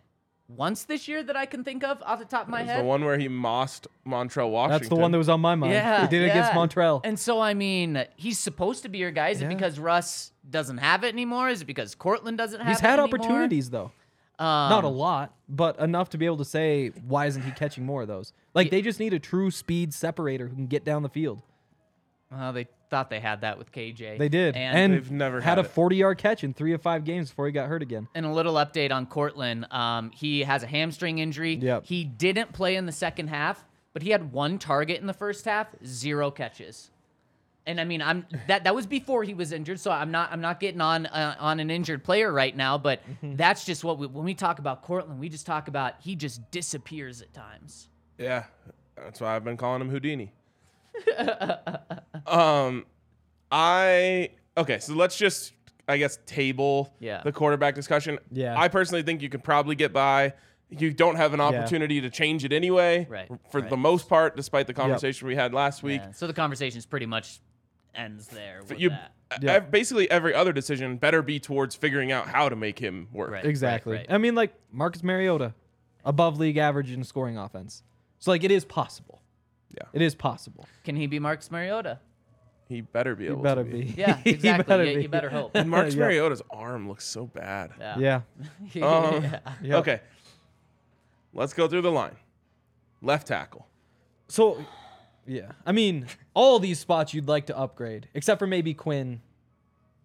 once this year that I can think of off the top of my
It's the
head.
one where he mossed Montreal Washington.
That's the one that was on my mind.
Yeah,
he did it against
yeah.
Montreal.
And so, I mean, he's supposed to be your guy. Is it
Yeah.
because Russ doesn't have it anymore? Is it because Cortland doesn't have Um,
He's
it
had
anymore?
opportunities though. Not a lot, but enough to be able to say why isn't he catching more of those? Like they just need a true speed separator who can get down the field.
Well, they thought they had that with KJ.
They did, and,
And,
They've never
had,
had it.
a 40 yard catch in three of five games before he got hurt again.
and a little update on Cortland. Um, he has a hamstring injury.
Yep.
He didn't play in the second half, but he had one target in the first half, zero catches. And I mean, I'm that that was before he was injured, so I'm not I'm not getting on uh, on an injured player right now. But
Mm-hmm.
that's just what we when we talk about Cortland, we just talk about he just disappears at times.
Yeah, that's why I've been calling him Houdini. um, I okay. So let's just, I guess, table
Yeah.
the quarterback discussion.
Yeah.
I personally think you could probably get by. You don't have an opportunity to change it anyway,
Right,
For
right.
the most part, despite the conversation we had last week.
Yeah, So the conversation's pretty much ends there. With
You
that.
Yeah.
ev- basically every other decision better be towards figuring out how to make him work.
Right.
Exactly.
right.
I mean, like Marcus Mariota, above league average in scoring offense. So like it is possible.
Yeah.
it is possible.
Can he be Marcus Mariota?
He better be
He
able.
better
to
be.
Yeah,
He
exactly.
better
you,
be.
you better hope.
And Marcus
Yeah.
Mariota's arm looks so bad.
Yeah.
Yeah. Oh,
Um,
Yep.
Okay. Let's go through the line. Left tackle.
So, yeah. I mean, all these spots you'd like to upgrade, except for maybe Quinn.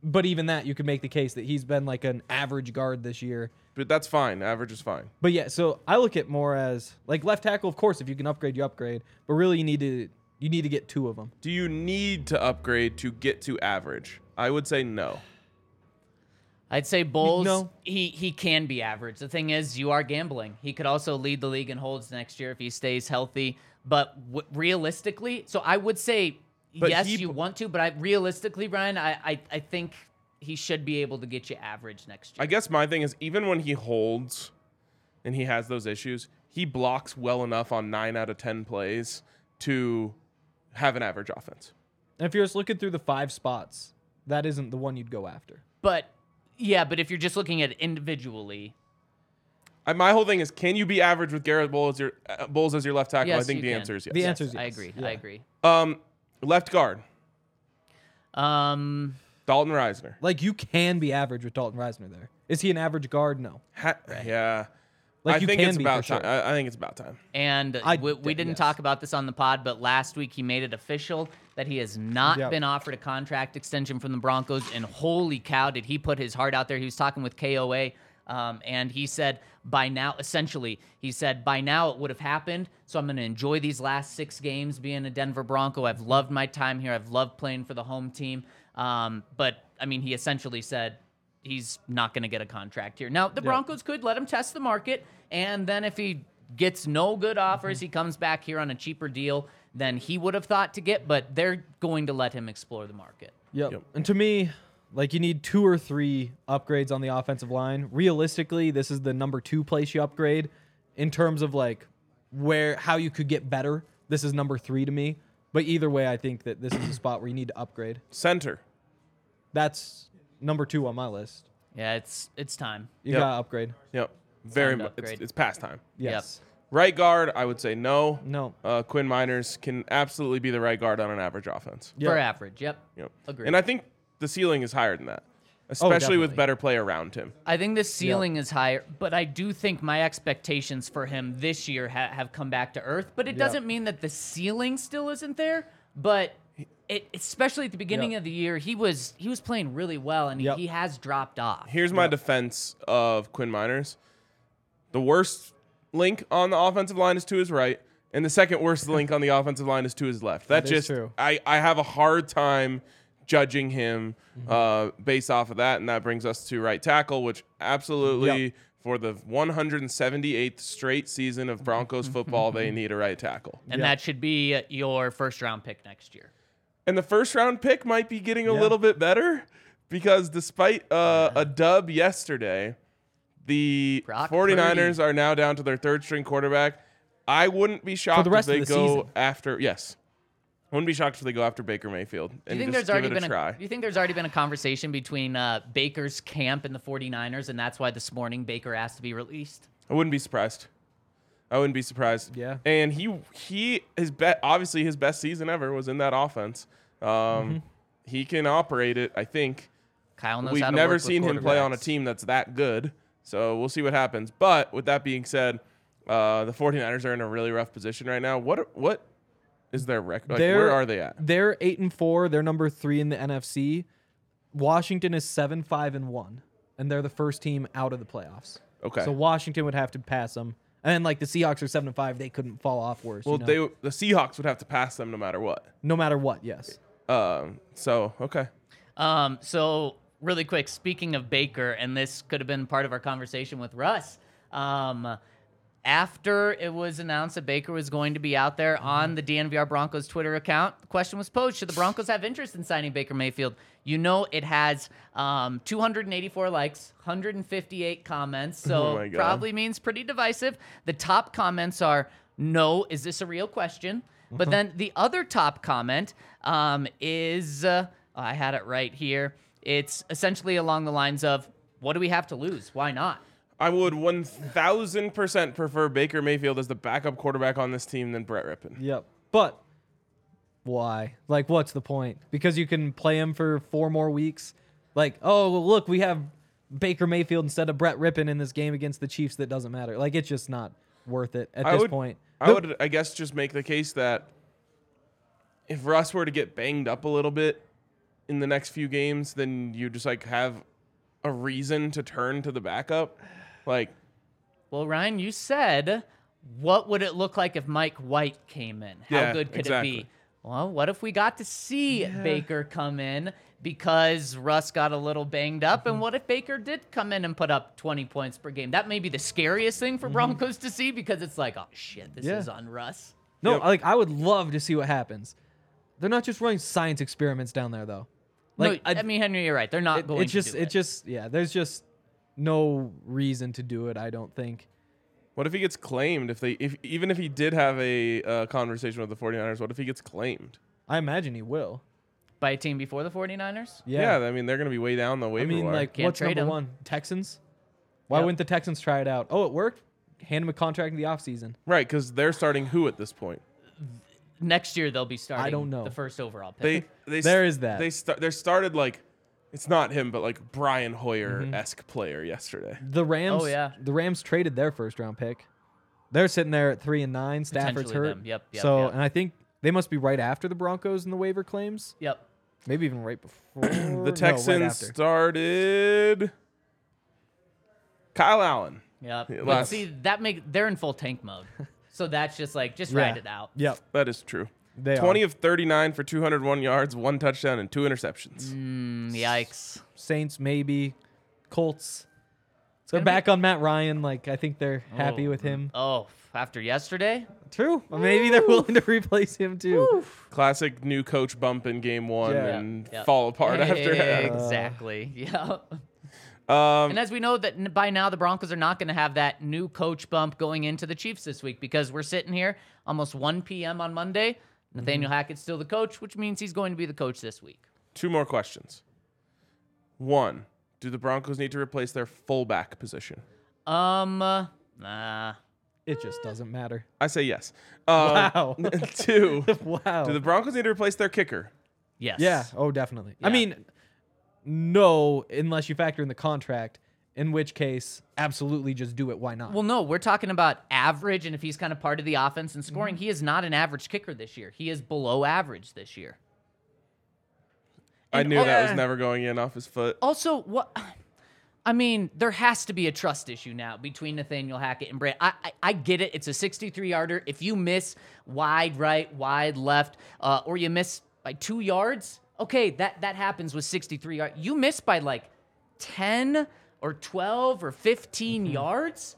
But even that, you could make the case that he's been like an average guard this year.
But that's fine. Average is fine.
But yeah, so I look at more as like left tackle. Of course, if you can upgrade, you upgrade. But really, you need to you need to get two of them.
Do you need to upgrade to get to average? I would say no.
I'd say Bowles.
No.
He he can be average. The thing is, you are gambling. He could also lead the league in holds next year if he stays healthy. But w- realistically, so I would say
But
yes,
he-
you want to. But I realistically, Ryan, I, I I think he should be able to get you average next year.
I guess my thing is even when he holds and he has those issues, he blocks well enough on nine out of 10 plays to have an average offense.
And if you're just looking through the five spots, that isn't the one you'd go after.
but yeah, but if you're just looking at it individually,
I, my whole thing is, can you be average with Garrett Bowles as your uh, Bowles as your left tackle? I
Yes,
think
you
the
can.
answer is yes.
The answer is
I
yes.
agree.
Yeah.
I agree.
um, left guard,
Um,
Dalton Reisner.
Like you can be average with Dalton Reisner there. Is he an average guard? No.
Ha- Yeah.
Like
I
you
think
can
it's
be
about
for sure.
time. I, I think it's about time.
and
I
we,
d-
we didn't
yes.
talk about this on the pod, but last week he made it official that he has not
Yep.
been offered a contract extension from the Broncos. And holy cow, did he put his heart out there? He was talking with KOA, um, and he said, by now, essentially, he said, by now it would have happened. So I'm going to enjoy these last six games being a Denver Bronco. I've loved my time here. I've loved playing for the home team. Um, but I mean, he essentially said, he's not going to get a contract here. Now, the Broncos could let him test the market, and then if he gets no good offers,
Mm-hmm.
he comes back here on a cheaper deal than he would have thought to get, but they're going to let him explore the market.
Yep.
Yep.
And to me, like you need two or three upgrades on the offensive line. Realistically, this is the number two place you upgrade in terms of like where how you could get better. This is number three to me. But either way, I think that this is a spot where you need to upgrade.
Center.
That's number two on my list.
Yeah, it's it's time.
You
Yep.
gotta upgrade.
Yep. Very
Time to
much. It's,
upgrade.
it's past time.
Yes.
Right guard, I would say no.
No.
Uh, Quinn Miners can absolutely be the right guard on an average offense.
Yep.
For average, yep.
Yep.
Agreed.
And I think the ceiling is higher than that, especially with
Oh, definitely.
better play around him.
I think the ceiling is higher, but I do think my expectations for him this year ha- have come back to earth. But it
Yeah.
doesn't mean that the ceiling still isn't there. But it, especially at the beginning
Yeah.
of the year, he was he was playing really well, and
Yep.
he has dropped off.
Here's my defense of Quinn Miners. The worst link on the offensive line is to his right, and the second worst link on the offensive line is to his left. That,
That is
just
true.
I I have a hard time judging him
Mm-hmm.
uh, based off of that, and that brings us to right tackle, which absolutely.
Yep.
For the 178th straight season of Broncos football, they need a right tackle.
and that should be your first round pick next year.
And the first round pick might be getting a
Yeah.
little bit better because despite uh, a dub yesterday, the
Brock
49ers
Purdy.
are now down to their third string quarterback. I wouldn't be shocked
rest
if they
of the
go
season.
after yes. Wouldn't be shocked if they go after Baker Mayfield
Do
and
you think
just
there's
give
already
it a
been
try.
a, you think there's already been a conversation between uh, Baker's camp and the 49ers, and that's why this morning Baker asked to be released?
I wouldn't be surprised. I wouldn't be surprised.
Yeah.
And he he his bet obviously his best season ever was in that offense. Um,
Mm-hmm.
He can operate it. I think.
Kyle knows how
We've
to work
never
with
seen him play on a
quarterbacks.
team that's that good. So we'll see what happens. But with that being said, uh, the 49ers are in a really rough position right now. What what is their record? Like, where
They're-
are they at?
They're eight and four. They're number three in the NFC. Washington is seven five and one, and they're the first team out of the playoffs.
Okay.
So Washington would have to pass them, and then, like the Seahawks are seven and five. They couldn't fall off worse.
Well,
you know?
they the Seahawks would have to pass them no matter what.
no matter what. Yes.
Um, so okay,
Um, so really quick, speaking of Baker, and this could have been part of our conversation with Russ. Um, after it was announced that Baker was going to be out
Mm-hmm.
there on the DNVR Broncos Twitter account, the question was posed: Should the Broncos have interest in signing Baker Mayfield? You know, it has um, 284 likes, 158 comments,
Oh
so
my God.
probably means pretty divisive. The top comments are: No, is this a real question? But then the other top comment um, is uh, I had it right here. It's essentially along the lines of, "What do we have to lose? Why not?"
I would 1,000 percent prefer Baker Mayfield as the backup quarterback on this team than Brett Rippon.
Yep. But why? Like, what's the point? Because you can play him for four more weeks. Like, oh well, look, we have Baker Mayfield instead of Brett Rippon in this game against the Chiefs. That doesn't matter. Like, it's just not worth it at
I
this
would,
point.
I
The-
would, I guess, just make the case that if Russ were to get banged up a little bit in the next few games, then you just like have a reason to turn to the backup. Like,
Well, Ryan, you said, what would it look like if Mike White came in? How
Yeah,
good could it
exactly.
be? Well, what if we got to see Baker come in because Russ got a little banged up?
Mm-hmm.
And what if Baker did come in and put up 20 points per game? That may be the scariest thing for Broncos to see because it's like, oh, shit, this
Mm-hmm. Yeah.
is on Russ.
No,
Yep.
like I would love to see what happens. They're not just running science experiments down there though. Like
no, I, mean, Henry, you're right. They're not
it,
going
it's just
to do it.
it's just yeah, there's just no reason to do it, I don't think.
what if he gets claimed? If they, if even if he did have a uh, conversation with the 49ers, what if he gets claimed?
I imagine he will.
By a team before the 49ers?
Yeah.
Yeah, I mean they're gonna be way down the
I
waiver
mean
wire.
like
Can't
what's
trade
number
him.
one? Texans? Why
Yep.
wouldn't the Texans try it out? Oh, it worked. Hand him a contract in the offseason.
Right, because they're starting who at this point?
Next year they'll be starting.
don't know.
the first overall pick.
They they s-
There is that.
They start they started like it's not him, but like Brian Hoyer esque
Mm-hmm.
player yesterday.
The Rams.
Oh, yeah.
The Rams traded their first round pick. They're sitting there at three and nine. Stafford's
Potentially
hurt.
them. Yep, yep,
so,
yep.
and I think they must be right after the Broncos in the waiver claims.
yep.
Maybe even right before No,
The
right
Texans
after.
started Kyle Allen.
Yep. But
last-
see that make they're in full tank mode. So that's just like just
Yeah.
ride it out.
Yep.
That is true.
They are.
20 of 39 for 201 yards, one touchdown, and two interceptions.
Mm, yikes.
Saints maybe, Colts. They're
gonna
back on Matt Ryan. Like I think they're happy
Oh,
with him.
Oh, after yesterday?
True. Maybe they're willing to replace him too.
Classic new coach bump in game one
Yeah.
and
Yeah.
fall apart after that.
Exactly. Yeah.
Um,
And as we know that n- by now the Broncos are not going to have that new coach bump going into the Chiefs this week because we're sitting here almost 1 p.m. on Monday. Nathaniel Hackett's still the coach, which means he's going to be the coach this week.
two more questions. One, do the Broncos need to replace their fullback position?
Um, uh, nah.
It just doesn't matter.
I say yes. Um,
Wow.
two,
wow.
do the Broncos need to replace their kicker?
Yes.
yeah. Oh, definitely. I
Yeah.
mean, no, unless you factor in the contract, in which case, absolutely, just do it. Why not?
Well, no, we're talking about average, and if he's kind of part of the offense and scoring, he is not an average kicker this year. He is below average this year.
I
And
knew that was
al-
never going in off his foot.
Also, what? I mean, there has to be a trust issue now between Nathaniel Hackett and Brad. I, I, I get it. It's a 63 yarder. If you miss wide right, wide left, uh, or you miss by two yards, okay, that, that happens with 63 yard. You miss by like 10 or 12 or 15 yards.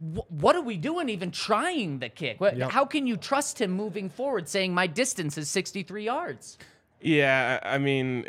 Wh- What are we doing even trying the kick? What,
Yep.
How can you trust him moving forward saying my distance is 63 yards?
Yeah, I I mean,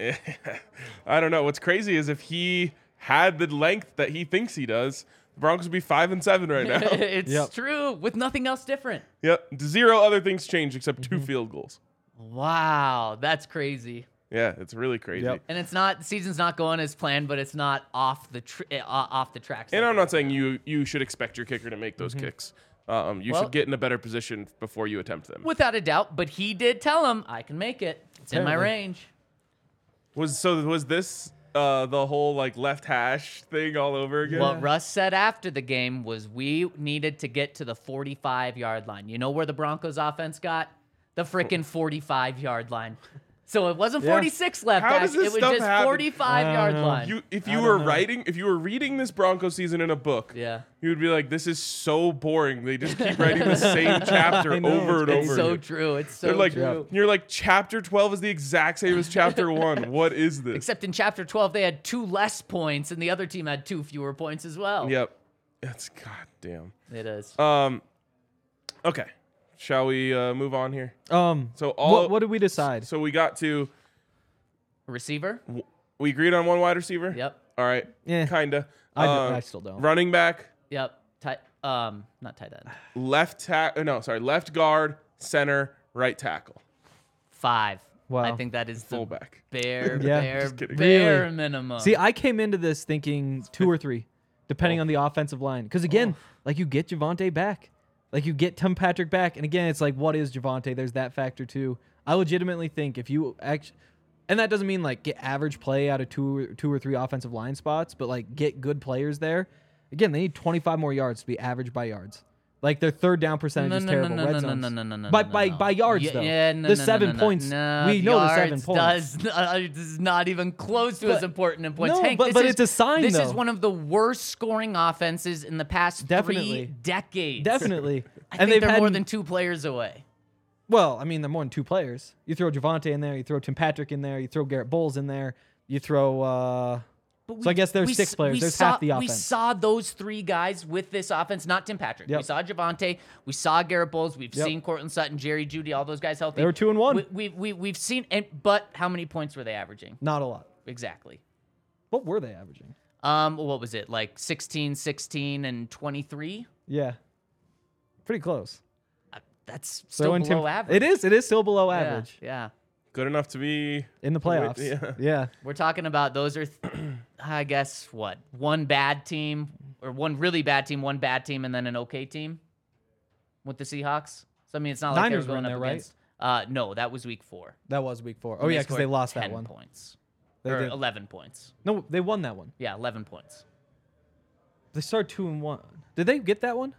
I don't know. What's crazy is if he had the length that he thinks he does, the Broncos would be five and seven right now.
it's
Yep.
true with nothing else different.
yep, zero other things change except two field goals.
Wow, that's crazy.
Yeah, it's really crazy.
Yep.
And it's not the season's not going as planned, but it's not off the tr- uh, off the tracks.
And
like
I'm
that.
not saying you you should expect your kicker to make those kicks. Um, you
Well-
should get in a better position before you attempt them.
without a doubt. But he did tell him, "I can make it. It's in my
Apparently.
range."
Was so was this uh, the whole like left hash thing all over again?
What Russ said after the game was, "We needed to get to the 45 yard line. You know where the Broncos offense got the frickin' 45 yard line." So it wasn't
Yeah.
46 left.
How
guys.
does this
it was
stuff
just
happen? Uh,
45
I
yard
don't know.
line.
You, if you were writing, if you were reading this Bronco season in a book,
Yeah.
you would be like, "This is so boring. They just keep writing the same chapter
I know,
over and
it's
over."
it's so
again."
true. It's so
They're like,
true.
"You're like chapter twelve is the exact same as chapter one. What is this?"
Except in chapter 12, they had two less points, and the other team had two fewer points as well.
yep, that's goddamn.
It is.
Um, okay, shall we uh, move on here?
um.
So
So
all-
what, what did we decide?
So we got to
Receiver?
we agreed on one wide receiver.
Yep.
All right.
Yeah.
Kinda.
I do-
Um,
I still don't.
Running back,
Yep. Tight. Um, not tight end.
left tackle. No, sorry, left guard, center, right tackle,
Five. I
Wow.
think that is the
fullback.
bare,
Yeah.
bare,
Just
kidding.
bare
Really?
minimum.
See, I came into this thinking two or three, depending
Oh.
on the offensive line. Because again, like you get Javante back, like you get Tim Patrick back, and again, it's like what is Javante? There's that factor too. I legitimately think if you actually, and that doesn't mean like get average play out of two or two or three offensive line spots, but like get good players there. Again, they need 25 more yards to be average by yards. Like their third down percentage
no,
is
no, no,
terrible.
no,
Red
no, no,
zones.
no, no, no, no,
by
no,
by
no.
by yards
yeah,
though.
Yeah, no,
the
no,
seven
no, no,
points.
No,
we know the seven
yards
points.
Does not, is not even close to as
But-
important in points.
no,
Hank,
but-
this
but
is-
it's a sign,
This is
though.
one of the worst scoring offenses in the past three
Definitely.
decades.
Definitely.
I
and
think
they've
they're
had
more than two players away.
Well, I mean, they're more than two players. You throw Javante in there, you throw Tim Patrick in there, you throw Garrett Bowles in there, you throw. uh
But
So I guess there's six
s-
players.
we
There's
saw,
half the
We
offense.
saw those three guys with this offense, not Tim Patrick. We
Yep.
saw Javante. We saw Garrett Bowles. We've
Yep.
seen Cortland Sutton, Jerry Judy, all those guys healthy.
They were two and one.
We, we, we, we've seen, and, but how many points were they averaging?
Not a lot.
Exactly.
What were they averaging?
Um, what was it? Like 16, 16, and 23?
Yeah, pretty close.
Uh, That's
Throw
still
in
below
Tim-
average.
It is. It is still below
Yeah,
average
Yeah.
Good enough to be
in the playoffs.
yeah.
Yeah.
We're talking about those are, th- I guess, what? One bad team, or one really bad team, one bad team, and then an okay team with the Seahawks. So I mean, it's not like
Niners
they were
were in
going up
there, right?
against. Uh, no, that was week four.
That was week four. Oh
And
yeah, because they
scored
lost that
10
one.
Points
They
or
did.
eleven points.
No, they won that one.
Yeah, eleven points.
They started two and one. Did they get that one?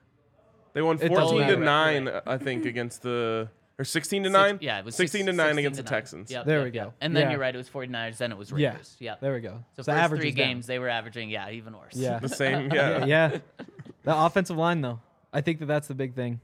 They won
It
14
doesn't
to
matter.
9, I think, against the. Or 16 to
Six-
9?
yeah, it was
16 to
six-
9
16
against
to
the
nine.
Texans.
Yep,
There
yep,
we go.
yep. And then
Yeah.
you're right. It was 49ers. Then it was
Yeah.
Raiders. Yeah.
There we go.
So
the
first
average
three
is down.
games, they were averaging, yeah, even worse.
Yeah.
The same, yeah.
yeah. The offensive line though. I think that that's the big thing.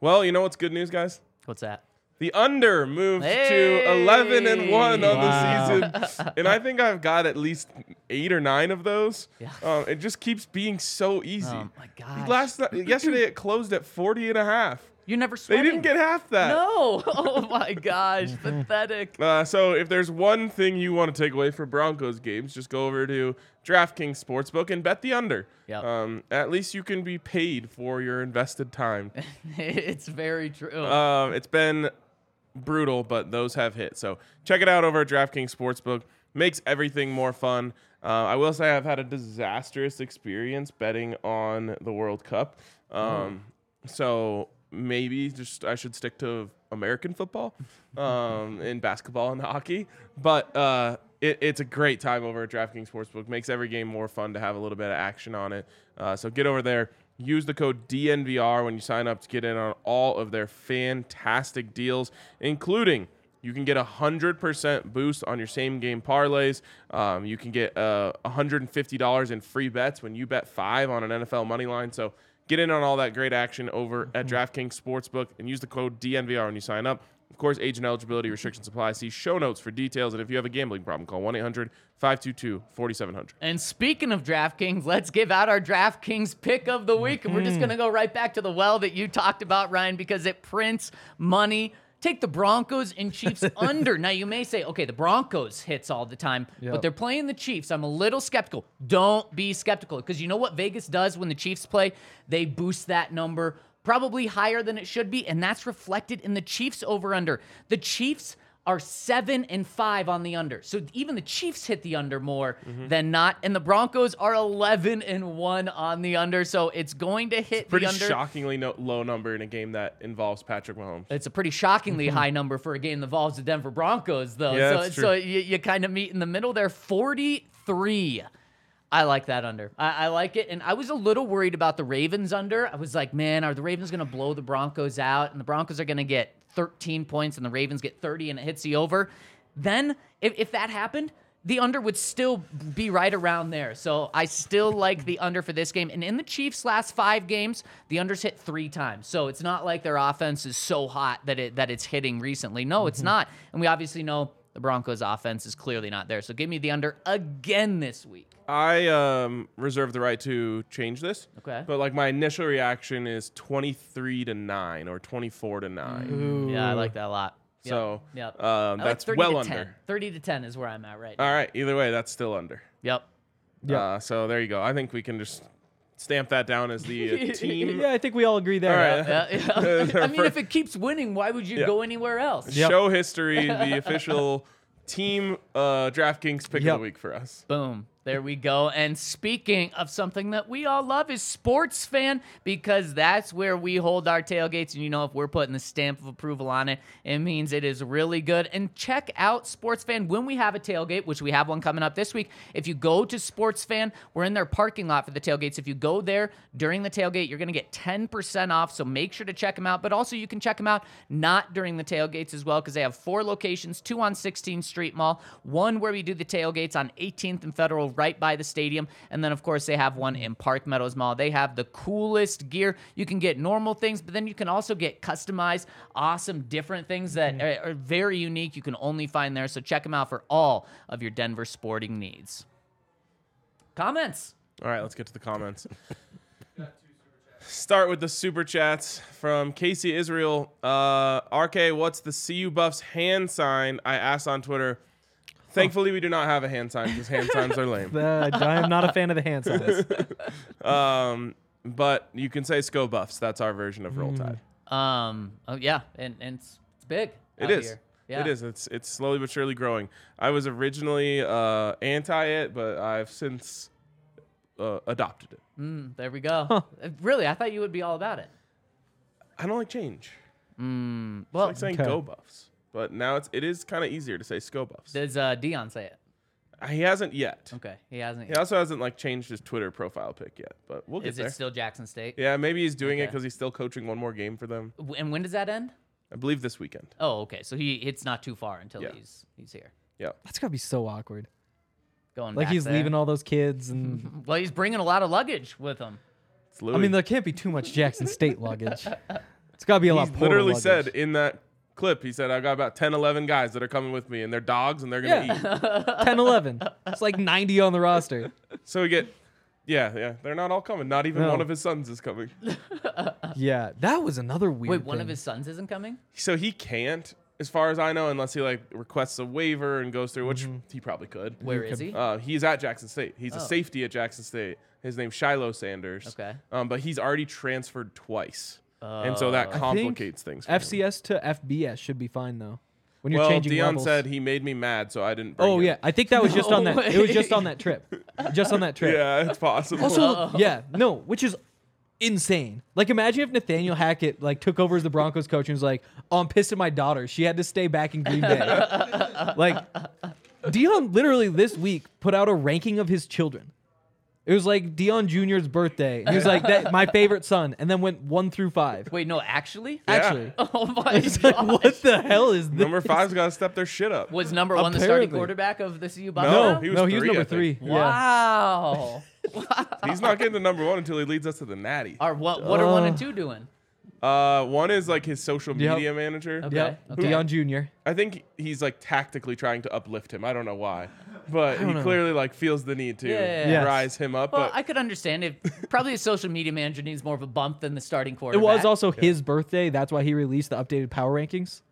Well, you know what's good news, guys?
What's that?
The under moved to 11 and 1 on the season. And I think I've got at least eight or nine of those.
Yeah.
Um, it just keeps being so easy.
Oh my gosh.
Last ni- yesterday it closed at 40 and a half.
You're never
They
sweating.
didn't get half that.
No. Oh my gosh. Pathetic.
Uh, so if there's one thing you want to take away for Broncos games, just go over to DraftKings Sportsbook and bet the under.
Yep.
Um, at least you can be paid for your invested time.
it's very true.
um, it's been brutal, but those have hit. So check it out over at DraftKings Sportsbook. Makes everything more fun. Uh, I will say I've had a disastrous experience betting on the World Cup. Um, So maybe just I should stick to American football um, and basketball and hockey. But uh, it, it's a great time over at DraftKings Sportsbook. Makes every game more fun to have a little bit of action on it. Uh, so get over there. Use the code DNVR when you sign up to get in on all of their fantastic deals, including you can get a 100% boost on your same game parlays. Um, you can get uh, $150 in free bets when you bet five on an NFL money line. So get in on all that great action over at DraftKings Sportsbook and use the code DNVR when you sign up. Of course, age and eligibility restrictions apply. See show notes for details. And if you have a gambling problem, call 1 800 522 4700.
And speaking of DraftKings, let's give out our DraftKings pick of the week. And we're just going to go right back to the well that you talked about, Ryan, because it prints money. Take the Broncos and Chiefs under. Now, you may say, okay, the Broncos hits all the time, but
Yep.
they're playing the Chiefs. I'm a little skeptical. Don't be skeptical because you know what Vegas does when the Chiefs play? They boost that number probably higher than it should be, and that's reflected in the Chiefs over under. The Chiefs are seven and five on the under. So even the Chiefs hit the under more
Mm-hmm.
than not. And the Broncos are 11 and one on the under. So it's going to hit
Pretty
the under.
shockingly no- low number in a game that involves Patrick Mahomes.
It's a pretty shockingly high number for a game that involves the Denver Broncos, though.
Yeah,
so
that's
so
true.
you, you kind of meet in the middle there. 43. I like that under. I, I like it. And I was a little worried about the Ravens under. I was like, man, are the Ravens going to blow the Broncos out? And the Broncos are going to get 13 points and the Ravens get 30 and it hits the over. Then, if, if that happened, the under would still be right around there. So I still like the under for this game. And in the Chiefs' last five games, the under's hit three times. So it's not like their offense is so hot that it that it's hitting recently. No, it's not. And we obviously know the Broncos' offense is clearly not there. So give me the under again this week.
I um, reserve the right to change this.
Okay.
But like my initial reaction is 23 to 9 or 24 to 9.
Yeah, I like that a lot. Yep,
So,
yep.
um,
I like
that's
30
well
to
under.
10. 30 to 10 is where I'm at right now.
All right. Either way, that's still under.
Yep.
Yeah.
Uh, so there you go. I think we can just stamp that down as the uh, team.
Yeah, I think we all agree there.
All right.
Yeah, yeah. I mean, if it keeps winning, why would you
Yeah.
go anywhere else?
Yep.
Show history, the official team uh, DraftKings pick of
Yep.
the week for us.
Boom. There we go. And speaking of something that we all love is sports fan, because that's where we hold our tailgates. And you know, if we're putting the stamp of approval on it, it means it is really good. And check out sports fan when we have a tailgate, which we have one coming up this week. If you go to sports fan, we're in their parking lot for the tailgates. If you go there during the tailgate, you're going to get 10% off. So make sure to check them out. But also, you can check them out not during the tailgates as well, because they have four locations two on 16th Street Mall, one where we do the tailgates on 18th and Federal right by the stadium. And then, of course, they have one in Park Meadows Mall. They have the coolest gear. You can get normal things, but then you can also get customized, awesome, different things that
Mm-hmm.
are, are very unique. You can only find there. So check them out for all of your Denver sporting needs. Comments?
All right, let's get to the comments. Start with the super chats from Casey Israel. Uh, RK, what's the CU Buffs hand sign? I asked on Twitter. Thankfully, we do not have a hand sign because hand signs are lame.
Uh, I am not a fan of the hands on this.
Um, but you can say Sco Buffs. That's our version of Roll Tide.
Um. Oh yeah, and and it's, it's big.
It
out
is.
here. Yeah.
It is. It's it's slowly but surely growing. I was originally uh, anti it, but I've since uh, adopted it.
Mm, there we go. Uh, Really, I thought you would be all about it.
I don't like change.
Mm, Well,
I like saying
Okay.
Go Buffs, but now it's it is kind of easier to say Sco Buffs. Uh,
does uh, Dion say it?
he hasn't yet.
Okay, he hasn't.
He
Yet.
also hasn't like changed his Twitter profile pic yet, but we'll get
Is
there.
it still Jackson State?
yeah, maybe he's doing it
Okay.
because he's still coaching one more game for them.
W- And when does that end?
I believe this weekend.
Oh, okay. So he it's not too far until
Yeah.
he's he's here.
Yeah.
That's gotta be so awkward.
Going
Like
back
he's
there.
leaving all those kids, and
Well, he's bringing a lot of luggage with him.
It's Louis.
I mean, there can't be too much Jackson State luggage. It's gotta be a lot.
he
of Porter
literally
luggage.
said in that clip, he said, I got about 10, 11 guys that are coming with me and they're dogs and they're going to eat.
10, 11. It's like ninety on the roster.
So we get, yeah, yeah, they're not all coming. Not even
No.
one of his sons is coming.
Yeah, that was another weird.
Wait, one of
thing.
his sons isn't coming?
So he can't, as far as I know, unless he like requests a waiver and goes through, which
Mm-hmm.
he probably could.
Where is he?
Uh, he's at Jackson State. He's
Oh.
a safety at Jackson State. His name's Shiloh Sanders.
Okay.
Um, but he's already transferred twice. and so that
Oh. I think
complicates things. for him.
FCS to FBS should be fine though. When you're
Well,
changing
Dion
levels.
said he made me mad, so I didn't. Bring
Oh
him.
yeah, I think that was just on
No
that. It was
way.
just on that trip. Just on that trip.
Yeah, it's possible. Uh,
Also, yeah, no, which is insane. Like, imagine if Nathaniel Hackett like took over as the Broncos coach and was like, "Oh, I'm pissed at my daughter. She had to stay back in Green Bay." like, Dion literally this week put out a ranking of his children. It was like Dion Jr.'s birthday. He was like, that, "My favorite son," and then went one through five.
Wait, no, actually?
Actually,
Oh my
it's like,
gosh.
what the hell is this?
number five's got to step their shit up.
Was number one the starting
Apparently.
quarterback of the CU
No,
Buffalo?
he was
no, he was
three, I
number
think.
three. Yeah.
Wow.
He's not getting to number one until he leads us to the natty.
Are what what are one and two doing?
Uh, one is like his social
Yep.
media manager.
Okay.
Yep.
okay.
Dion Jr.
I think he's like tactically trying to uplift him. I don't know why, but he clearly like feels the need to
Yeah, yeah, yeah.
rise him up.
Well,
but
I could understand if probably a social media manager needs more of a bump than the starting
It
quarterback.
was also his birthday. That's why he released the updated power rankings.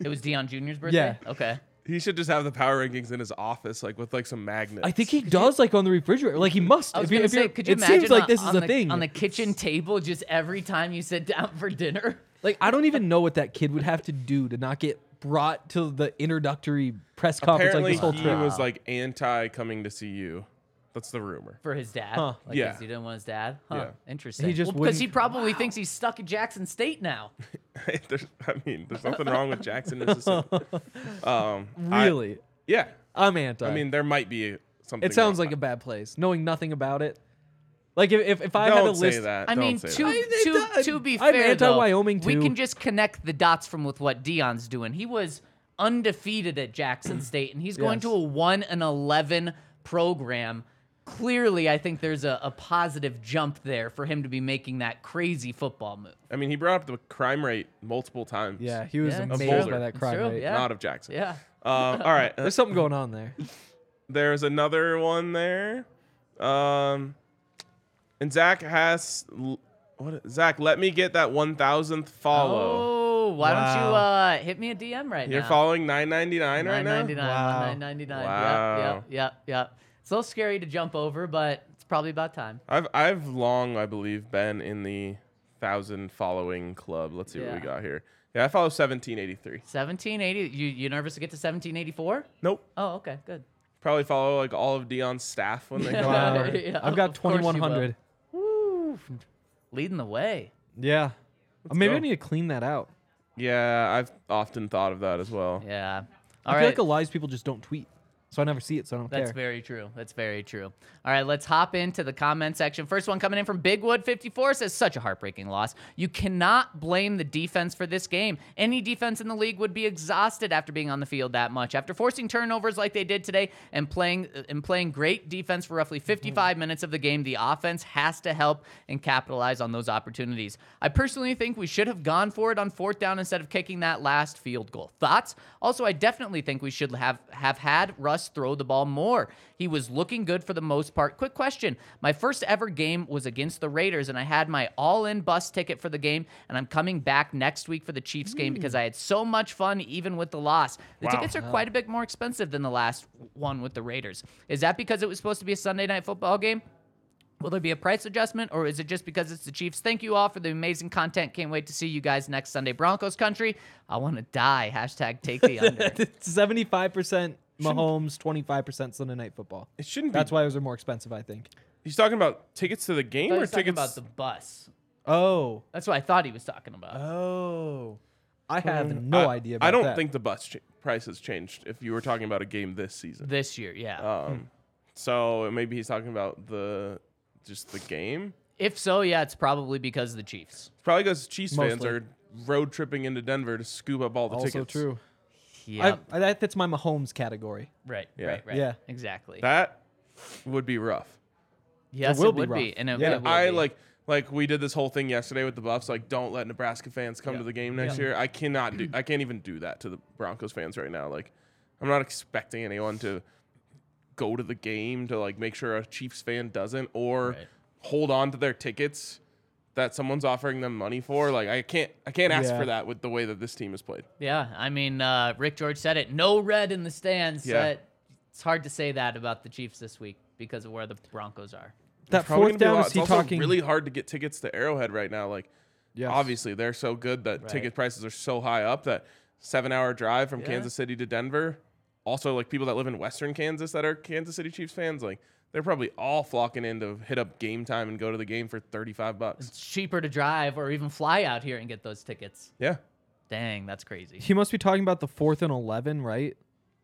It was Dion Jr.'s birthday.
Yeah.
Okay.
he should just have the power rankings in his office, like with like some magnets.
I think he does like on the refrigerator. Like he must.
I was
If you-
gonna
if
say,
you're-
could you
it
imagine
seems like
on-
this is
on
a
the,
thing.
on the kitchen table? Just every time you sit down for dinner,
like I don't even know what that kid would have to do to not get brought to the introductory press conference like
apparently
this whole
he
trip.
was like anti coming to see you. That's the rumor.
for his dad. Like,
Yeah.
'cause he didn't want his dad. Huh.
Yeah.
Interesting.
He just
because he
wouldn't-
probably thinks he's stuck at Jackson State now.
There's- I mean, there's nothing wrong with Jackson, Mississippi. Um, I-
really,
yeah.
I, am anti.
I mean, there might be something.
it sounds
else.
like a bad place, knowing nothing about it. Like if if, if I had a
Don't
list,
say that.
I
Don't
mean,
say
to,
that.
I-
to,
I-
to be
I'm
fair, though,
anti-Wyoming,
we
too.
can just connect the dots from with what Dion's doing. He was undefeated at Jackson State, and he's going
Yes.
to a one and eleven program. Clearly, I think there's a, a positive jump there for him to be making that crazy football move.
I mean, he brought up the crime rate multiple times.
yeah, he was
Yeah, it's
amazed
true.
by that
It's
crime
true,
rate.
yeah.
Not of Jackson.
Yeah,
Um, all right.
There's something going on there.
There's another one there. Um, and Zach has what? Zach, let me get that one thousandth follow.
Oh, why don't you
Wow.
uh, hit me a DM right
You're
now?
following 999 right now.
999,
Wow.
999.
Wow.
Yep, yep, yep, yep. It's a little scary to jump over, but it's probably about time.
I've I've long, I believe, been in the thousand following club. Let's see what we
Yeah.
got here. Yeah, I follow 1783.
1780. You you nervous to get to 1784?
Nope.
Oh, okay, good.
Probably follow like all of Dion's staff when they come out.
Wow.
Yeah,
I've got
of course you will.
2100.
Leading the way.
Yeah, maybe
go.
I need to clean that out.
Yeah, I've often thought of that as well.
Yeah. All
I
right.
feel like a lot of people just don't tweet, so I never see it, so I don't
That's
care.
very true. That's very true. All right, let's hop into the comment section. First one coming in from Bigwood54 says, such a heartbreaking loss. You cannot blame the defense for this game. Any defense in the league would be exhausted after being on the field that much. After forcing turnovers like they did today and playing and playing great defense for roughly
Mm.
55 minutes of the game, the offense has to help and capitalize on those opportunities. I personally think we should have gone for it on fourth down instead of kicking that last field goal. Thoughts? Also, I definitely think we should have have had Russ throw the ball more. He was looking good for the most part. Quick question. My first ever game was against the Raiders and I had my all-in bus ticket for the game and I'm coming back next week for the Chiefs game because I had so much fun even with the loss. The tickets are quite a bit more expensive than the last one with the Raiders. Is that because it was supposed to be a Sunday night football game? Will there be a price adjustment, or is it just because it's the Chiefs? Thank you all for the amazing content. Can't wait to see you guys next Sunday, Broncos country. I want to die. Hashtag take the under.
Seventy-five percent Mahomes twenty five percent Sunday night football.
It shouldn't be.
That's why those are more expensive, I think.
He's talking about tickets to the game
I
or
was talking
tickets.
about the bus.
Oh,
That's what I thought he was talking about.
oh, I have no
I,
idea. About
I don't
that.
think the bus ch- price has changed. If you were talking about a game this season,
this year, yeah.
um, so maybe he's talking about the just the game.
if so, yeah, it's probably because of the Chiefs.
It's probably because Chiefs fans
Mostly.
are road tripping into Denver to scoop up all the
also
tickets.
true.
Yeah,
I, I, that fits my Mahomes category.
right,
Yeah.
right, right.
Yeah.
exactly.
That would be rough.
yes,
will
it
be
would
rough.
be, and it,
Yeah.
it will
I
be.
like like we did this whole thing yesterday with the Buffs. Like, don't let Nebraska fans come to the game next year. I cannot do. I can't even do that to the Broncos fans right now. Like, I'm not expecting anyone to go to the game to like make sure a Chiefs fan doesn't or
Right.
hold on to their tickets that someone's offering them money for. Like, I can't. I can't ask
Yeah.
for that with the way that this team is played.
Yeah, I mean, uh, Rick George said it. No red in the stands.
Yeah.
Uh, it's hard to say that about the Chiefs this week because of where the Broncos are.
That
Probably gonna be a
fourth down
lot.
is
It's
he
also
talking
really hard to get tickets to Arrowhead right now. Like,
Yes.
obviously they're so good that ticket prices are so high up that seven hour drive from Kansas City to Denver. Also, like people that live in Western Kansas that are Kansas City Chiefs fans, like they're probably all flocking in to hit up game time and go to the game for thirty five
Mm.
bucks.
It's cheaper to drive or even fly out here and get those tickets.
Yeah,
Dang, that's crazy.
He must be talking about the fourth and eleven, right?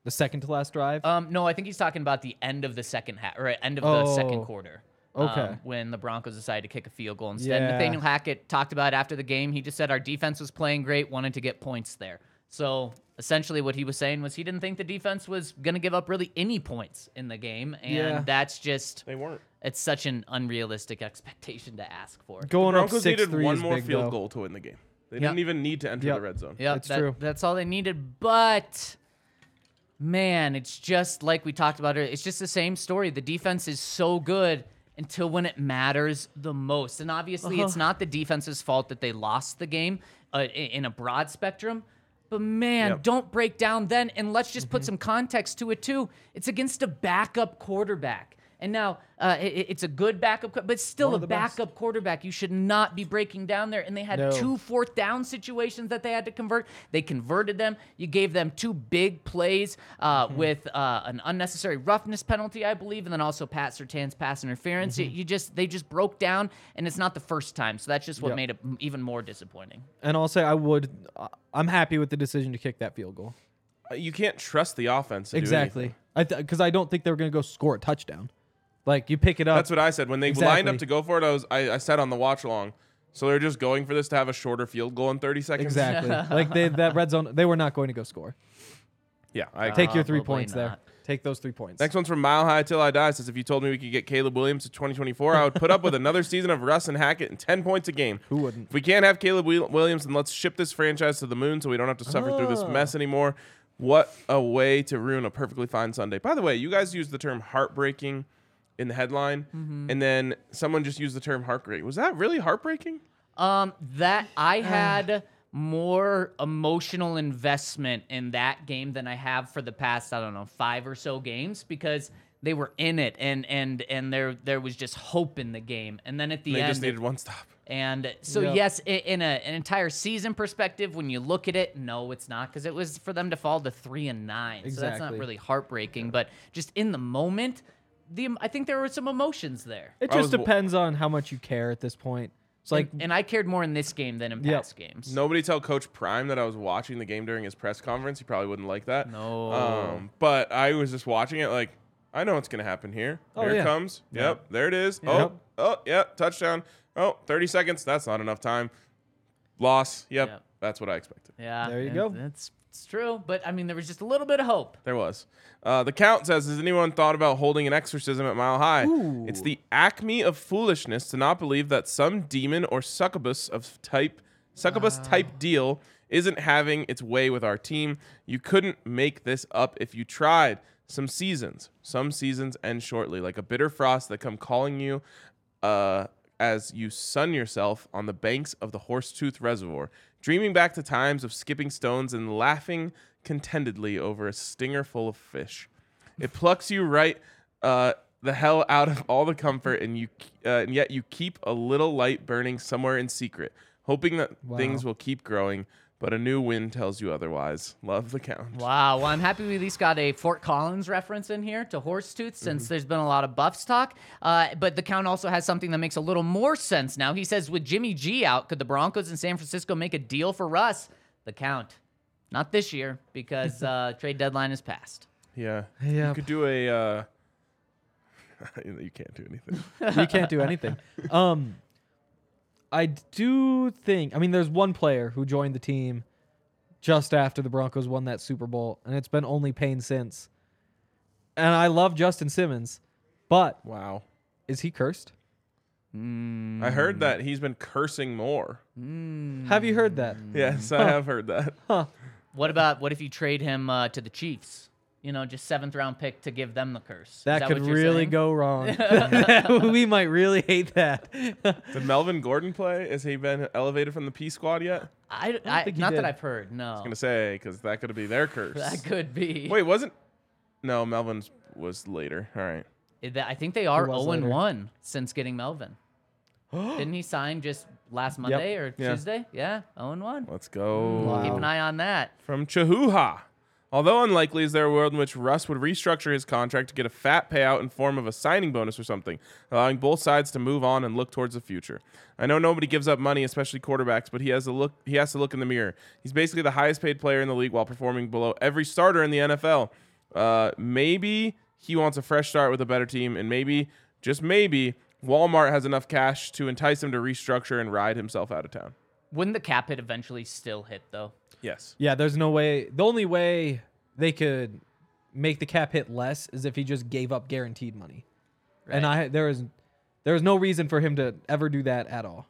The second to last drive.
Uh,
Um, no, I think he's talking about the end of the second half or end of the second
Oh.
quarter.
Okay.
um, when the Broncos decided to kick a field goal instead.
Yeah.
Nathaniel Hackett talked about it after the game. He just said our defense was playing great, wanted to get points there. So essentially, what he was saying was he didn't think the defense was going to give up really any points in the game, and
Yeah.
that's just
they weren't.
it's such an unrealistic expectation to ask for.
Going up
Broncos
six
needed
three
one
is
more
big,
field
though.
goal to win the game. They
Yeah.
didn't even need to enter
Yep.
the red zone.
Yeah,
That's
that-
true.
That's all they needed. But man, it's just like we talked about earlier. It's just the same story. The defense is so good until when it matters the most. And obviously, it's not the defense's fault that they lost the game uh, i- in a broad spectrum. But man,
Yep.
don't break down then. And let's just
Mm-hmm.
put some context to it too. It's against a backup quarterback. And now uh, i- i- it's a good backup, qu- but still a
the best.
backup quarterback. You should not be breaking down there. And they had
No.
two fourth down situations that they had to convert. They converted them. You gave them two big plays uh,
Mm-hmm.
with uh, an unnecessary roughness penalty, I believe, and then also Pat Sertan's pass interference.
Mm-hmm.
You, you just they just broke down, and it's not the first time. So that's just what
Yep.
made it m- even more disappointing.
And I'll say I would. I- I'm happy with the decision to kick that field goal.
Uh, You can't trust the offense. To do
Exactly.
anything.
I because I don't think they were going to go score a touchdown. Like you pick it up.
That's what I said when they lined up
Exactly.
to go for it. I was I, I said on the watch along. So they're just going for this to have a shorter field goal in thirty seconds.
exactly. like they that red zone. They were not going to go score.
Yeah, I agree.
Take your three
Uh, Probably
points there.
not.
Take those three points.
Next one's from Mile High Till I Die. Says, if you told me we could get Caleb Williams to 2024, I would put up with another season of Russ and Hackett and 10 points a game. Who
wouldn't?
If we can't have Caleb Wil- Williams, then let's ship this franchise to the moon so we don't have to suffer through this mess
Oh.
anymore. What a way to ruin a perfectly fine Sunday. By the way, you guys used the term heartbreaking in the headline,
Mm-hmm.
and then someone just used the term heartbreaking. Was that really heartbreaking?
Um, that I had more emotional investment in that game than I have for the past I don't know five or so games because they were in it and and and there there was just hope in the game and then at the
They
end
just needed one stop.
and so
Yeah.
yes i- in a, an entire season perspective when you look at it no it's not because it was for them to fall to three and nine so that's not
Exactly.
really heartbreaking but just in the moment the I think there were some emotions there
It
I was
just
w-
depends on how much you care at this point. It's like
and I cared more in this game than in
Yep.
past games
Nobody tell Coach Prime that I was watching the game during his press conference. He probably wouldn't like that.
No.
Um, but I was just watching it like, I know what's going to happen here.
Oh,
here it
yeah.
comes. Yep. There it is.
Yep.
Oh, oh, yeah. Touchdown. Oh, 30 seconds. That's not enough time. Loss. Yep.
Yep.
That's what I expected.
Yeah.
There you
and
go.
That's it's true, but I mean, there was just a little bit of hope.
There was. Uh, the count says, has anyone thought about holding an exorcism at Mile High? It's the acme of foolishness to not believe that some demon or succubus of type succubus type deal isn't having its way with our team. You couldn't make this up if you tried. Some seasons, some seasons end shortly, like a bitter frost that come calling you uh, as you sun yourself on the banks of the Horsetooth Reservoir, dreaming back to times of skipping stones and laughing contentedly over a stinger full of fish. It plucks you right uh, the hell out of all the comfort, and you uh, and yet you keep a little light burning somewhere in secret, hoping that
Wow.
things will keep growing, but a new win tells you otherwise. Love the count.
Wow. Well, I'm happy we at least got a Fort Collins reference in here to Horsetooth since
Mm-hmm.
there's been a lot of Buffs talk. Uh, but the Count also has something that makes a little more sense now. He says, with Jimmy G out, could the Broncos in San Francisco make a deal for Russ? The Count. Not this year because uh, trade deadline is passed.
Yeah. You
Yep.
could do a. Uh, you can't do anything.
we can't do anything. Um, I do think. I mean, there's one player who joined the team just after the Broncos won that Super Bowl, and it's been only pain since. And I love Justin Simmons, but
Wow.
is he cursed?
I heard that he's been cursing more.
Have you heard that?
Hmm.
Yes, I have heard that.
What about what if you trade him uh, to the Chiefs? You know, just seventh round pick to give them the curse. Is
That, could
what you're
really
saying?
go wrong. we might really hate that.
Did Melvin Gordon play? Has he been elevated from the P squad yet? I'm
I, I,
think he
not that
did.
I've heard. No,
gonna say because that could be their curse.
that could be.
Wait, wasn't? No, Melvin's was later. All right.
It- Eh, that- I think they are
was
0 and
later.
1 since getting Melvin. Didn't he sign just last Monday or
Yeah.
Tuesday? Yeah, 0 and 1.
Let's go.
Keep an eye on that.
From Chihuahua. Although unlikely, is there a world in which Russ would restructure his contract to get a fat payout in form of a signing bonus or something, allowing both sides to move on and look towards the future? I know nobody gives up money, especially quarterbacks, but he has to look he has to look in the mirror. He's basically the highest paid player in the league while performing below every starter in the NFL. Uh, maybe he wants a fresh start with a better team, and maybe, just maybe, Walmart has enough cash to entice him to restructure and ride himself out of town.
Wouldn't the cap hit eventually still hit though?
Yes.
yeah, there's no way. The only way they could make the cap hit less is if he just gave up guaranteed money. And I there is there is no reason for him to ever do that at all.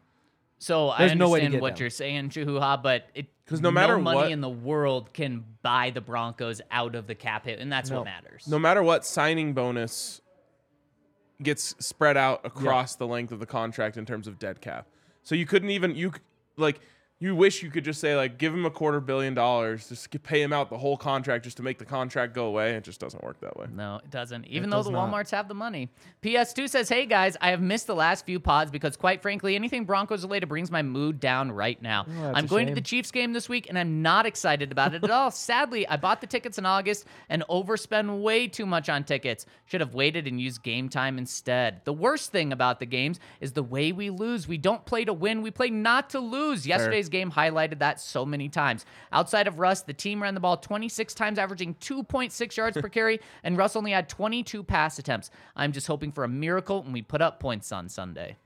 So I
There's
understand
no way to get
what
down.
you're saying, Chihuahua, but it
'Cause no matter
money
what-
in the world can buy the Broncos out of the cap hit, and that's what matters.
no matter what signing bonus gets spread out across the length of the contract in terms of dead cap. So you couldn't even you c- like you wish you could just say like give him a quarter billion dollars just g- pay him out the whole contract just to make the contract go away. It just doesn't work that way.
No, it doesn't. Even though
does
the
not.
Walmarts have the money. PS2 says, "Hey guys, I have missed the last few pods because, quite frankly, anything Broncos related brings my mood down right now.
Oh, that's
I'm
a
going to
shame.
the Chiefs game this week, and I'm not excited about it at all. Sadly, I bought the tickets in August and overspent way too much on tickets. Should have waited and used game time instead. The worst thing about the games is the way we lose. We don't play to win. We play not to lose. Yesterday's game highlighted that so many times. Outside of Russ, the team ran the ball 26 times, averaging 2.6 yards per carry, and Russ only had 22 pass attempts. I'm just hoping for a miracle, and we put up points on Sunday.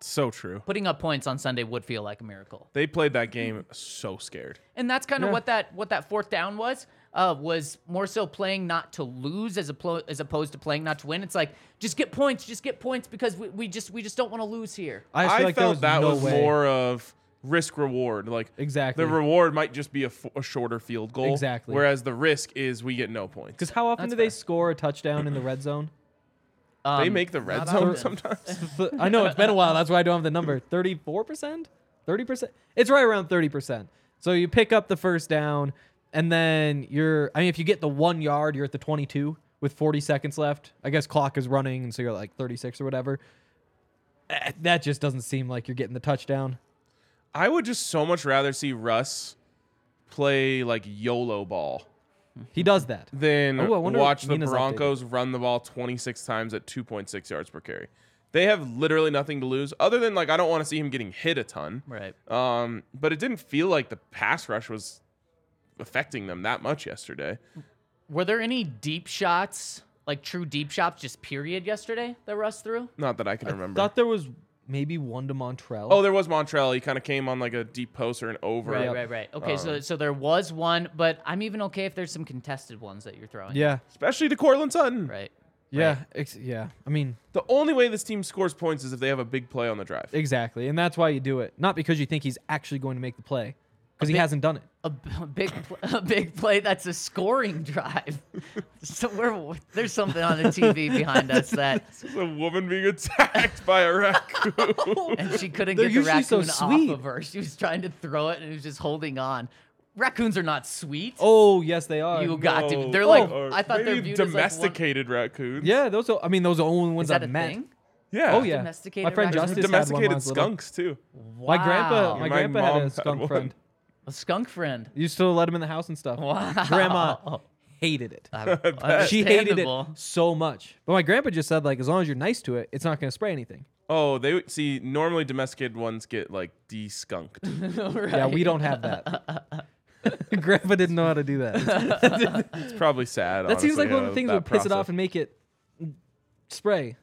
So true.
Putting up points on Sunday would feel like a miracle
They played that game so scared.
and that's kind of what that what that fourth down was uh, was more so playing not to lose as oppo- as opposed to playing not to win. It's like just get points, just get points because we, we just we just don't want to lose here.
I,
I,
feel like there
felt
was
that
no
was
way.
more of risk reward. Like
Exactly.
the reward might just be a, f- a shorter field goal.
Exactly.
Whereas the risk is we get no points.
Because how often do they score a touchdown in the red zone? um,
they make the red
not
zone
often.
sometimes.
Th- I know it's been a while. That's why I don't have the number. Thirty-four percent, thirty percent. It's right around thirty percent. So you pick up the first down, and then you're. I mean, if you get the one yard, you're at the twenty-two with forty seconds left. I guess clock is running, and so you're like thirty-six or whatever. Eh, That just doesn't seem like you're getting the touchdown.
I would just so much rather see Russ play like YOLO ball
He does that.
than
Ooh, Oh, I wonder
watch
what
the
Nina's updated.
Broncos run the ball 26 times at 2.6 yards per carry. They have literally nothing to lose other than like I don't want to see him getting hit a ton.
Right.
Um, but it didn't feel like the pass rush was affecting them that much yesterday.
Were there any deep shots, like true deep shots, just period yesterday that Russ threw?
Not that I can remember.
Thought there was maybe one to Montrell.
oh, there was Montrell. He kind of came on like a deep post or an over.
Right, right, right. Okay, so so there was one, but I'm even okay if there's some contested ones that you're throwing.
yeah,
Especially to Cortland Sutton.
Right.
yeah, ex- yeah. I mean,
The only way this team scores points is if they have a big play on the drive.
exactly, and that's why you do it. Not because you think he's actually going to make the play, because he hasn't done it.
A, b- a big pl- a big play that's a scoring drive. so we're, there's something on the TV behind us that
It's a woman being attacked by a raccoon.
and she couldn't
They're
get the
usually
raccoon
so sweet.
off of her. She was trying to throw it and it was just holding on. Raccoons are not sweet.
Oh yes, they are.
you got to.
No,
be- They're like
or
I thought
Oh,
they're
maybe
viewed as like one-
domesticated raccoons.
Yeah, those. Are, I mean, those are the only ones
is that a
I've met.
thing?
Yeah.
Oh yeah,
Domesticated
my friend
raccoons.
Justice had one when I
Domesticated
was little.
skunks too.
My grandpa,
Wow.
my,
My
grandpa
mom
had a
had
skunk
one.
friend.
A skunk friend.
Used to let him in the house and stuff. Grandma hated it. she hated it
Understandable.
so much. But my grandpa just said like, as long as you're nice to it, it's not going to spray anything.
Oh, they would- see normally domesticated ones get like de-skunked.
Yeah, we don't have that. grandpa didn't know how to do that.
It's probably sad. uh,
that seems like one of the things that would piss it off
And-
and make it spray.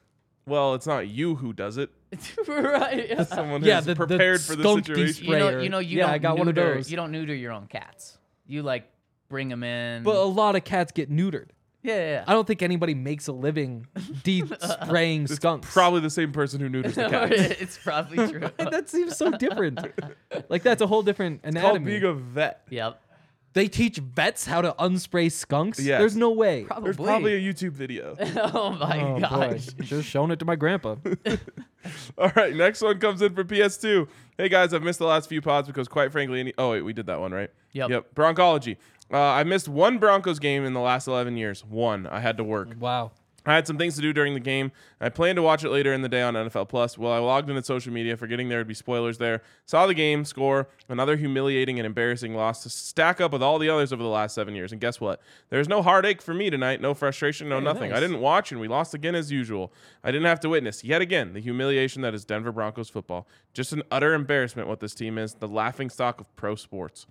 well, it's not you who does it.
right. yeah.
Someone
Uh, Yeah,
who's
the- the
prepared for the
skunk
situation.
de-spray.
You know,
sprayer.
you know, you
Yeah, I
don't
got
neuter,
one of those.
You don't neuter your own cats. You like bring them in.
But a lot of cats get neutered.
yeah, yeah,
I don't think anybody makes a living de spraying skunks.
Probably the same person who neuters the
yeah.
cat.
it's probably true.
that seems so different. like that's a whole different
Called
anatomy.
being a vet.
yep.
they teach vets how to unspray skunks.
Yes.
There's no way.
Probably.
There's probably a YouTube video.
oh my
Oh boy,
gosh.
just shown it to my grandpa.
All right, next one comes in for PS2. Hey guys, I've missed the last few pods because, quite frankly, any. Oh wait, we did that one right.
Yep.
Yep. Broncology. Uh, I missed one Broncos game in the last 11 years. One. I had to work.
wow.
I had some things to do during the game. I planned to watch it later in the day on NFL Plus. Well, I logged into social media, forgetting there would be spoilers there. Saw the game, score, another humiliating and embarrassing loss to stack up with all the others over the last seven years. And guess what? There's no heartache for me tonight, no frustration, no nothing. I didn't watch, and we lost again as usual. I didn't have to witness, yet again, the humiliation that is Denver Broncos football. Just an utter embarrassment what this team is, the laughingstock of pro sports.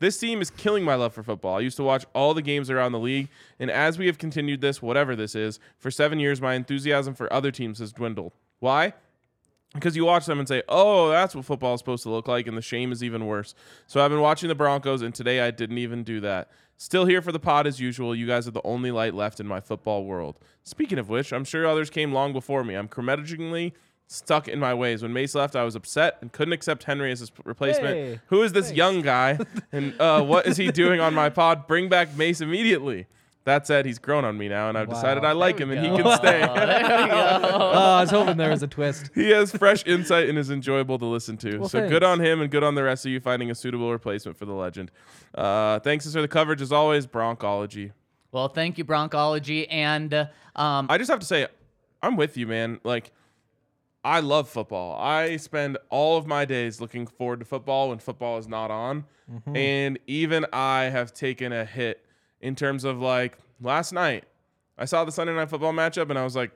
This team is killing my love for football. I used to watch all the games around the league, and as we have continued this, whatever this is, for seven years, my enthusiasm for other teams has dwindled. Why? because you watch them and say, "Oh, that's what football is supposed to look like," and the shame is even worse. So I've been watching the Broncos, and today I didn't even do that. Still here for the pod as usual. You guys are the only light left in my football world. Speaking of which, I'm sure others came long before me. I'm curmudgeonly stuck in my ways. When Mace left, I was upset and couldn't accept Henry as his replacement.
Hey.
Who is this young guy? and uh, what is he doing on my pod? Bring back Mace immediately. That said, he's grown on me now, and I've decided
Wow.
I like him, and he can stay.
Oh, I was hoping there was a twist.
he has fresh insight and is enjoyable to listen to.
Well,
so
thanks.
good on him and good on the rest of you finding a suitable replacement for the legend. Uh, thanks for the coverage as always, Broncology.
Well, thank you, Broncology, and uh, um,
I just have to say, I'm with you, man. Like, I love football. I spend all of my days looking forward to football when football is not on. And even I have taken a hit in terms of like last night, I saw the Sunday night football matchup and I was like,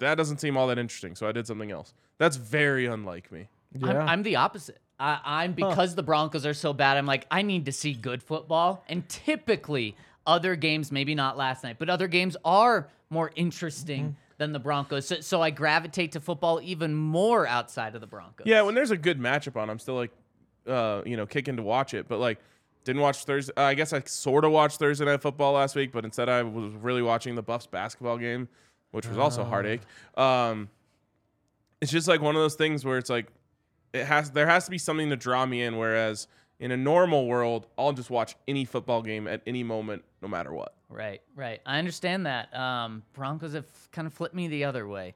that doesn't seem all that interesting. So I did something else. That's very unlike me.
I'm, I'm the opposite. I, I'm because the Broncos are so bad. I'm like, I need to see good football. And typically, other games, maybe not last night, but other games are more interesting than the Broncos. So, so I gravitate to football even more outside of the Broncos.
Yeah, when there's a good matchup on, I'm still like, uh, you know, kicking to watch it. But like, didn't watch Thursday. Uh, I guess I sort of watched Thursday Night Football last week, but instead I was really watching the Buffs basketball game, which was also heartache. Um, it's just like one of those things where it's like, it has there has to be something to draw me in. Whereas in a normal world, I'll just watch any football game at any moment, no matter what.
Right, right. I understand that. Um, Broncos have kind of flipped me the other way.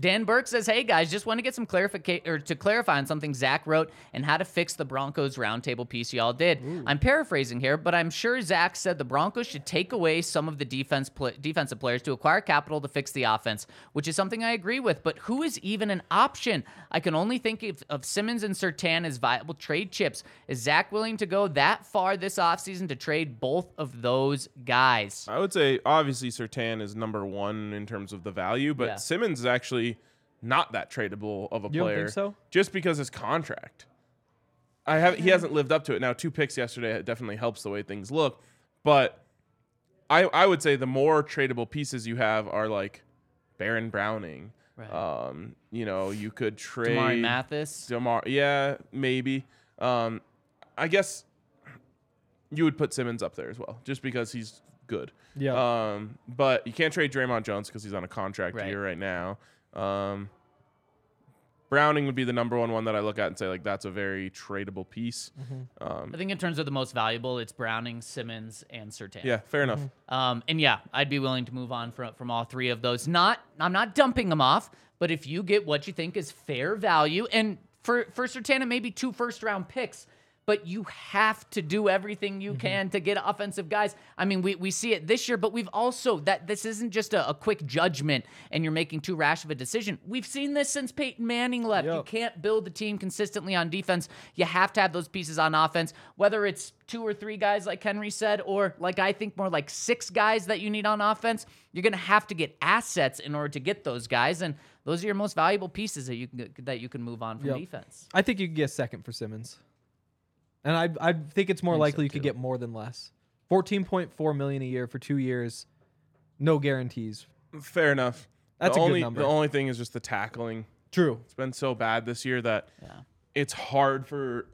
Dan Burke says, "Hey guys, just want to get some clarification or to clarify on something Zach wrote and how to fix the Broncos roundtable piece y'all did. I'm paraphrasing here, but I'm sure Zach said the Broncos should take away some of the defense pla defensive players to acquire capital to fix the offense, which is something I agree with. But who is even an option? I can only think of, of Simmons and Sertan as viable trade chips. Is Zach willing to go that far this offseason to trade both of those guys?
I would say obviously Sertan is number one in terms of the value, but
Yeah.
Simmons is actually not that tradable of a
You don't
player.
think so?
Just because his contract. I have
Mm-hmm.
he hasn't lived up to it. Now two picks yesterday it definitely helps the way things look, but I I would say the more tradable pieces you have are like Baron Browning.
Right.
Um, you know, you could trade
Damari Mathis.
Damar, yeah, maybe. Um, I guess you would put Simmons up there as well, just because he's good.
Yeah.
Um, but you can't trade Draymond Jones because he's on a contract
Right.
year right now. Um, Browning would be the number one one that I look at and say like that's a very tradable piece.
Mm-hmm.
I think in terms of the most valuable, it's Browning, Simmons, and Sertan.
Yeah, fair enough.
Mm-hmm.
Um, and yeah, I'd be willing to move on from from all three of those. Not I'm not dumping them off, but if you get what you think is fair value, and for for Sertan, it may be two first round picks. but you have to do everything you can to get offensive guys. I mean, we, we see it this year, but we've also that this isn't just a, a quick judgment and you're making too rash of a decision. We've seen this since Peyton Manning left. You
Yep.
can't build a team consistently on defense. You have to have those pieces on offense, whether it's two or three guys like Henry said, or like I think more like six guys that you need on offense. You're gonna have to get assets in order to get those guys, and those are your most valuable pieces that you can, that you can move on from
Yep.
defense.
I think you could get second for Simmons, and I I think it's more likely you could get more than less. Fourteen point four million a year for two years, no guarantees.
Fair enough.
That's
the
a good
only,
number.
The only thing is just the tackling.
True.
It's been so bad this year that it's hard for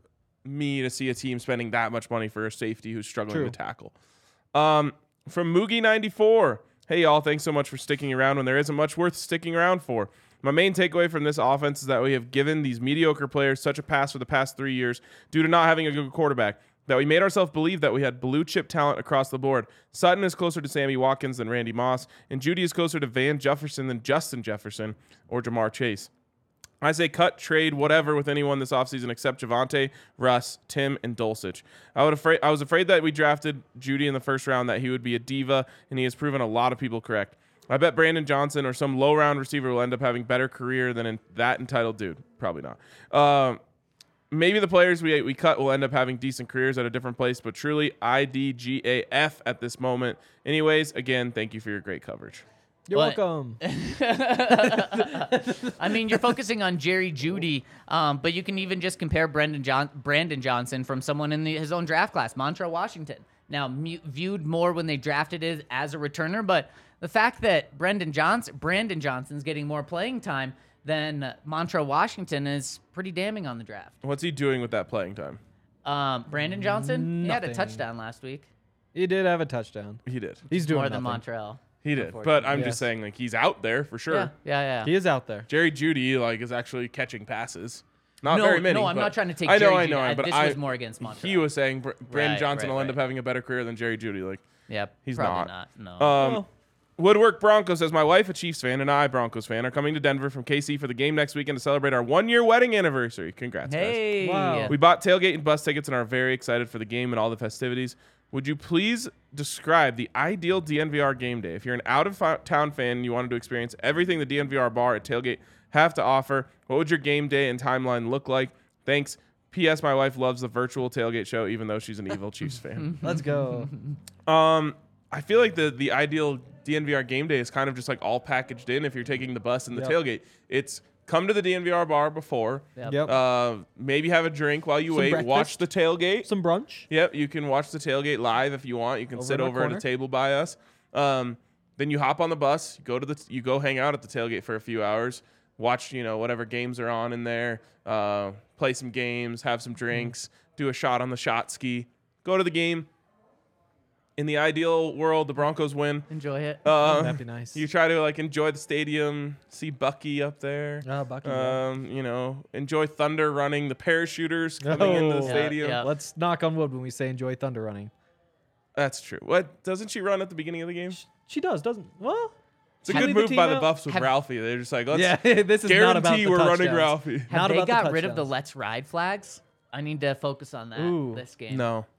me to see a team spending that much money for a safety who's struggling
True.
to tackle. Um, from Moogie94. Hey, y'all. Thanks so much for sticking around when there isn't much worth sticking around for. My main takeaway from this offense is that we have given these mediocre players such a pass for the past three years due to not having a good quarterback that we made ourselves believe that we had blue chip talent across the board. Sutton is closer to Sammy Watkins than Randy Moss, and Judy is closer to Van Jefferson than Justin Jefferson or Jamar Chase. I say cut, trade, whatever with anyone this offseason except Javante, Russ, Tim, and Dulcich. I would afraid I was afraid that we drafted Judy in the first round that he would be a diva, and he has proven a lot of people correct. I bet Brandon Johnson or some low round receiver will end up having better career than in that entitled dude. Probably not. Um, maybe the players we we cut will end up having decent careers at a different place, but truly IDGAF at this moment. Anyways, again, thank you for your great coverage.
You're
But-
welcome.
I mean, you're focusing on Jerry Judy, um, but you can even just compare Brandon John- Brandon Johnson from someone in the, his own draft class, Montreal Washington. Now mu viewed more when they drafted it as a returner, but the fact that Brendan Johnson Brandon Johnson's getting more playing time than Montreal Washington is pretty damning on the draft.
What's he doing with that playing time?
Um, Brandon Johnson he had a
Nothing.
touchdown last week,
He did have a touchdown.
He did.
He's doing
more
nothing.
than Montreal.
He did. But I'm
Yes.
just saying, like, he's out there for sure.
Yeah, yeah, yeah.
He is out there.
Jerry Judy, like, is actually catching passes. Not
No,
very many.
no, I'm
but-
not trying to take
I know,
Jerry
I
Judy.
know,
I-
but
this
I,
was more against
He
Montreal.
was saying Br- Brandon
Right,
Johnson
right,
will end up
right.
having a better career than Jerry Judy. Like,
yeah,
he's
probably
not.
No.
Uh,
um, Woodwork Broncos says, My wife, a Chiefs fan, and I, Broncos fan, are coming to Denver from KC for the game next weekend to celebrate our one year wedding anniversary. Congrats, guys.
hey,
Wow.
We bought tailgate and bus tickets and are very excited for the game and all the festivities. Would you please describe the ideal DNVR game day? If you're an out of fi- town fan and you wanted to experience everything the DNVR bar at tailgate have to offer, what would your game day and timeline look like? Thanks. P.S. My wife loves the virtual tailgate show, even though she's an evil Chiefs fan.
Oh, Let's go.
Um, I feel like the the ideal DNVR game day is kind of just like all packaged in. If you're taking the bus and the
Yep.
tailgate, it's come to the DNVR bar before,
Yep.
Yep.
uh, maybe have a drink while you
Some
wait. Watch
breakfast.
the tailgate.
Some brunch.
Yep, you can watch the tailgate live if you want. You can
Over
sit
in our
over at a
corner.
table by us. Um, then you hop on the bus, you go to the, you go hang out at the tailgate for a few hours, watch you know whatever games are on in there, uh, play some games, have
Mm-hmm.
some drinks, do a shot on the shot ski, go to the game. In the ideal world, the Broncos win.
enjoy it.
Uh,
oh, That'd be nice.
You try to like enjoy the stadium, see Bucky up there.
Ah, Bucky, yeah.
Um, you know, enjoy Thunder running, the parachuters coming into the
Oh. Yeah,
stadium.
yeah.
Let's knock on wood when we say enjoy thunder running.
That's true. What doesn't she run at the beginning of the game?
She does, doesn't? Well,
It's a
Have
good
you the
move
team
by the
out?
Buffs with
Have-
Ralphie. They're just like, let's
yeah. this is
guarantee
not about the
we're running
touchdowns.
Ralphie.
Have
Not
they
about the
got rid of the
touchdowns.
let's ride flags? I need to focus on that
Ooh.
this game.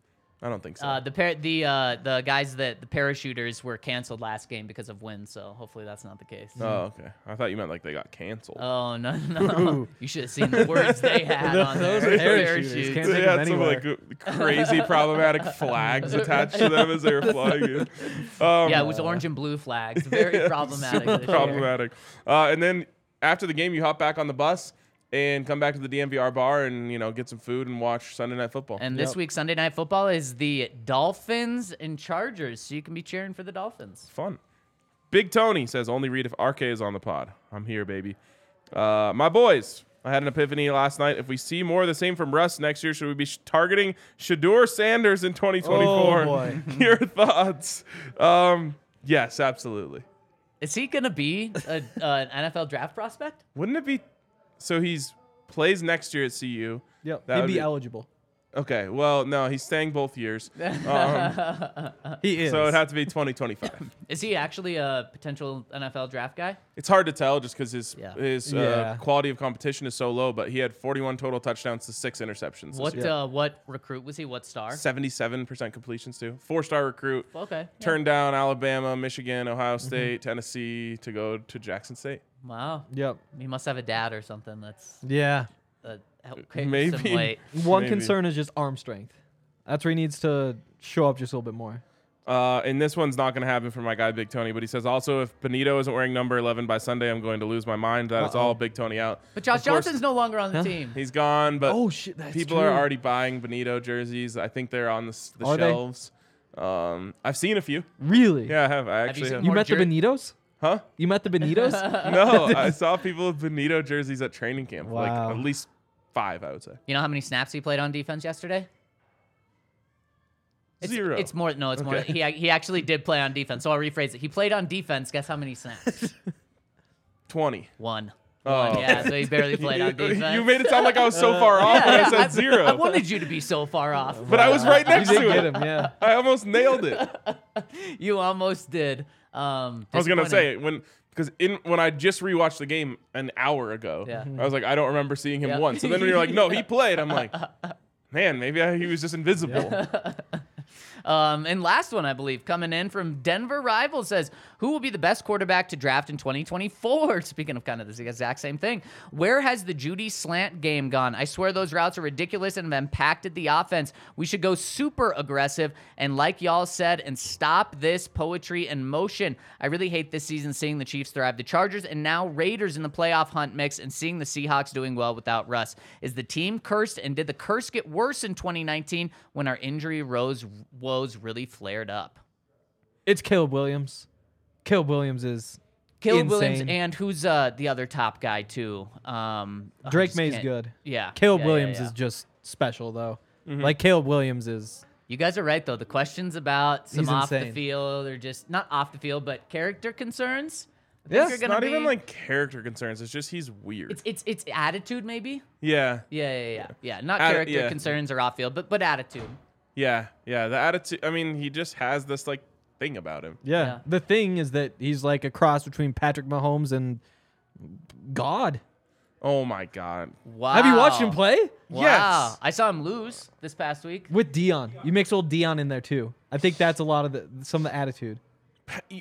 No, I don't think so.
Uh, the par- the uh, the guys that the parachuters were canceled last game because of wind, so hopefully that's not the case.
oh, okay. I thought you meant like they got canceled.
oh no no! you should have seen the words they had on
Those
their
are parachuters.
parachutes.
Can't
they
take 'em
had some
anywhere.
like uh, crazy problematic flags attached to them as they were flying in. Um,
Oh,
yeah, it was orange and blue flags. Very problematic.
super
this year.
problematic. Uh, and then after the game, you hop back on the bus and come back to the DMVR bar and you know get some food and watch Sunday Night Football.
And this
Yep.
week Sunday night football is the Dolphins and Chargers, so you can be cheering for the Dolphins.
fun. Big Tony says, only read if RK is on the pod. I'm here, baby. Uh, my boys, I had an epiphany last night. If we see more of the same from Russ next year, should we be sh- targeting Shador Sanders in 2024?
Oh, boy.
Your thoughts? Um, yes, absolutely.
Is he gonna be a, uh, an NFL draft prospect?
Wouldn't it be so he's plays next year at CU?
Yep.
That
He'd
would
be,
be-
eligible.
Okay. Well, no, he's staying both years. Um,
He is.
so it'd have to be 2025.
Is he actually a potential NFL draft guy?
it's hard to tell just because his
Yeah.
his
Yeah.
uh, quality of competition is so low. But he had 41 total touchdowns to six interceptions.
What uh, what recruit was he? What star?
77 percent completions too. Four star recruit.
Okay. yeah.
Turned down Alabama, Michigan, Ohio
Mm-hmm.
State, Tennessee to go to Jackson State.
Wow.
Yep.
He must have a dad or something that's
Yeah.
that okay. Maybe. Some
Maybe.
weight.
One
Maybe.
concern is just arm strength. That's where he needs to show up just a little bit more.
Uh, and this one's not going to happen for my guy Big Tony, but he says also if Benito isn't wearing number 11 by Sunday, I'm going to lose my mind. That it's all Big Tony out.
But Josh
Of course,
Johnson's no longer on the team.
he's gone. But
Oh, shit, that's
people
true.
are already buying Benito jerseys. I think they're on the, s- the
Are they? Mm.
shelves. Um, I've seen a few.
Really?
Yeah, I have. I
you
actually
seen
have.
You
More
met
jer-
the Benitos?
Huh?
You met the Benitos?
No, I saw people with Benito jerseys at training camp.
Wow.
Like at least five, I would say.
You know how many snaps he played on defense yesterday? It's,
Zero.
It's more. No, it's more.
Okay.
He he actually did play on defense. So I'll rephrase it. He played on defense. Guess how many snaps?
20.
One.
Oh,
One. Yeah. So he barely played on
You-
defense. Uh,
You made it sound like I was so far off when I
Yeah,
said zero.
I wanted you to be so far off.
but I was right
you
next
did
to
get
it.
him, yeah.
I almost nailed it.
You almost did. Um,
I was gonna
disappointing.
say when because in when I just rewatched the game an hour ago,
Yeah.
I was like, I don't remember seeing him
Yeah.
once. And then when you're like, no, he played, I'm like, man, maybe I, he was just invisible.
Um, and last one, I believe, coming in from Denver Rival says, Who will be the best quarterback to draft in 2024? Speaking of kind of this exact same thing, where has the Judy slant game gone? I swear those routes are ridiculous and have impacted the offense. We should go super aggressive and, like y'all said, and stop this poetry in motion. I really hate this season seeing the Chiefs thrive, the Chargers, and now Raiders in the playoff hunt mix, and seeing the Seahawks doing well without Russ. Is the team cursed, and did the curse get worse in 2019 when our injury rose woes really flared up?
It's Caleb Williams. Caleb Williams is
Caleb Williams
Insane.
and who's uh, the other top guy too? Um, I
Drake
just
May's
can't-
good.
Yeah,
Caleb
yeah, yeah,
Williams
yeah. Mm-hmm.
is just special though. Like Caleb Williams is
You guys are right though. The questions about some
He's
off the
insane.
field or just not off the field, but character concerns. I think
Yeah,
are
it's
It's
gonna
not
be-
even like character concerns. It's just he's weird.
it's it's it's attitude maybe.
yeah,
Yeah, yeah, yeah, yeah. Not
Atti-
character
yeah.
concerns or off field, but but attitude.
yeah, yeah. The attitude. I mean, he just has this like thing about him.
yeah.
Yeah.
The thing is that he's like a cross between Patrick Mahomes and God.
Oh my god.
Wow.
Have you watched him play?
Wow.
Yes.
I saw him lose this past week.
With Dion. You mix old Dion in there too. I think that's a lot of the some of the attitude.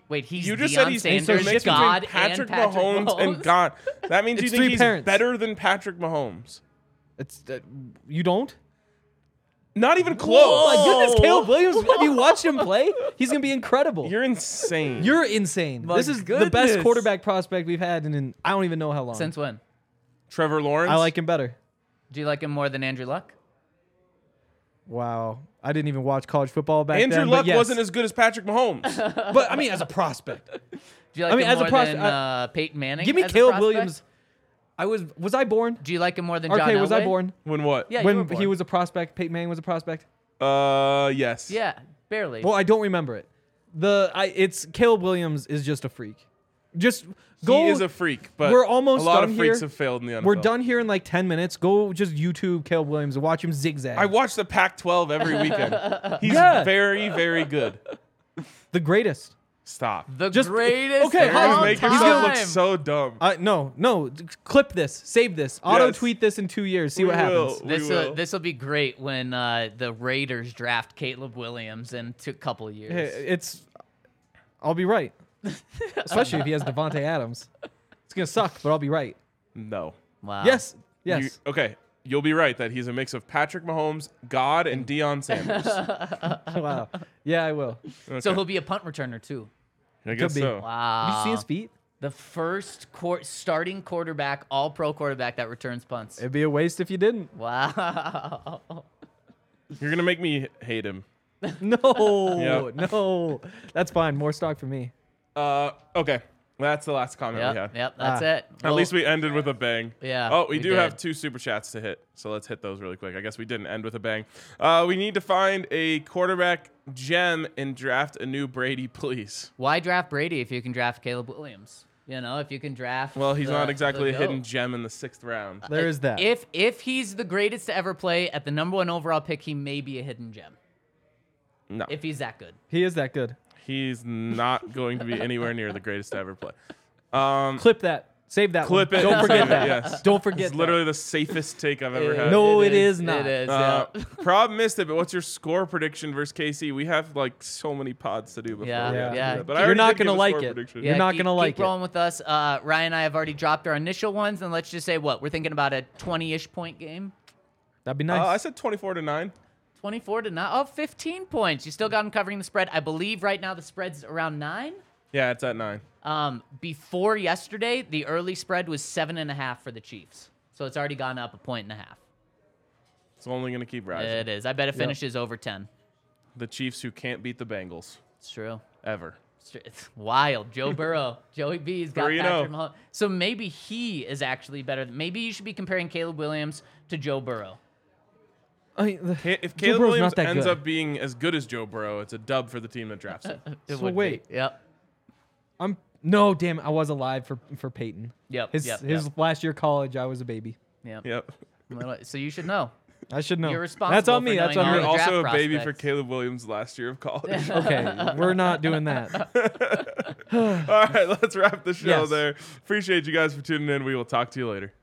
Wait, he's
You just
Deion
said he's
Sanders,
mixed between
God,
Patrick,
and Patrick
Mahomes, and
Mahomes?
God. That means you
It's
think
three
he's
parents.
better than Patrick Mahomes.
It's uh, you don't? Oh
Not even close.
My
Oh.
goodness, Caleb Williams. Have you watched him play? He's gonna be incredible.
You're insane.
You're insane.
My
this is the best
goodness.
quarterback prospect we've had in, in I don't even know how long.
Since when?
Trevor Lawrence.
I like him better.
Do you like him more than Andrew Luck?
Wow, I didn't even watch college football back
Andrew
then. but
Luck
yes.
wasn't as good as Patrick Mahomes.
but I mean, as a prospect,
Do you like
I mean,
him
as a
more
pros-
than
I-
uh, Peyton Manning?
give me
as a
Caleb
prospect?
Williams. I was was I born?
Do you like him more than John
RK, was I
Elway?
born?
when what?
Yeah, you were
when
born.
he was a prospect, Peyton Manning was a prospect.
Uh, yes.
Yeah, barely.
Well, I don't remember it. The I it's Caleb Williams is just a freak. Just go.
he is a freak, but
we're almost
a lot
done
of freaks
here.
have failed in the NFL.
We're done here in like ten minutes. Go just YouTube Caleb Williams and watch him zigzag.
I watch the Pac-12 every weekend. He's
Yeah.
very, very good.
the greatest.
Stop.
the
just-
greatest.
okay,
of
You're
Holland,
just
all
making
time.
yourself look so dumb.
Uh, no, no. c- Clip this. Save this. Auto tweet this in two years. See
We
what
will.
happens.
We
This will
will.
this will be great when uh, the Raiders draft Caleb Williams in a couple years.
Hey, It's. I'll be right. Especially if he has Devonte Adams. It's gonna suck, but I'll be right.
no.
Wow.
Yes.
You-
Yes.
okay. You'll be right that he's a mix of Patrick Mahomes, God, and Deion Sanders.
wow. Yeah, I will.
So he'll be a punt returner too.
I guess
be.
so.
Wow.
Did you see his feet?
The first court starting quarterback, all pro quarterback that returns punts.
It'd be a waste if you didn't.
Wow.
You're gonna make me hate him.
No. No. That's fine. More stock for me.
Uh, okay. That's the last comment
Yep.
we had.
Yep. That's
Ah.
it.
At least we ended with a bang.
Yeah,
Oh, we,
we
do have
did.
two super chats to hit, so let's hit those really quick. I guess we didn't end with a bang. Uh, we need to find a quarterback gem and draft a new Brady, please.
Why draft Brady if you can draft Caleb Williams? You know, if you can draft.
Well, he's
the-
not
the
exactly a
GOAT.
hidden gem in the sixth round.
Uh,
There is that.
If if he's the greatest to ever play at the number one overall pick, he may be a hidden gem.
No.
If he's that good.
he is that good.
He's not going to be anywhere near the greatest to ever play. Um,
Clip that. Save that.
Clip
one.
it.
Don't forget
Save it,
that.
yes.
Don't forget.
it's
that.
literally the safest take I've ever had.
No, Oh, it is not.
It is.
Uh,
yeah.
Prob missed it, but what's your score prediction versus KC? We have like so many pods to do before.
Yeah,
we have to do
yeah.
that, But I
You're
already
not
did give
gonna
a
like
score
it.
prediction.
You're
Yeah,
not
keep-
gonna like
keep
it.
rolling with us. Uh, Ryan and I have already dropped our initial ones, and let's just say what we're thinking about a twenty-ish point game.
That'd be
Uh, I
nice.
said 24 to 9.
24 to not oh 15 points you still got him covering the spread i believe right now the spread's around nine
Yeah, it's at 9.
um, before yesterday the early spread was seven and a half for the chiefs so it's already gone up a point and a half
It's only going to keep rising.
it is i bet it finishes over 10
The Chiefs who can't beat the Bengals
it's true
ever.
It's tr- It's wild. Joe Burrow, Joey B's got
3-0.
Patrick Mahomes. So maybe he is actually better. than- Maybe you should be comparing Caleb Williams to Joe Burrow.
I mean, the-
Ca- If
Joe
Caleb
Burrow's
Williams
not that
ends
good.
up being as good as Joe Burrow, it's a dub for the team that drafts him.
It
So
would be.
wait.
Yep.
I'm no damn. it, I was alive for for Peyton.
Yep,
His
yep,
his last year of college, I was a baby.
Yep.
yep.
Well, So you should know.
I should know.
You're
That's
responsible
on me.
for
That's
knowing
on
You're
all
me.
draft
also a baby for
prospects.
Caleb Williams last year of college.
Okay, we're not doing that.
All right, let's wrap the show
Yes.
there. Appreciate you guys for tuning in. We will talk to you later.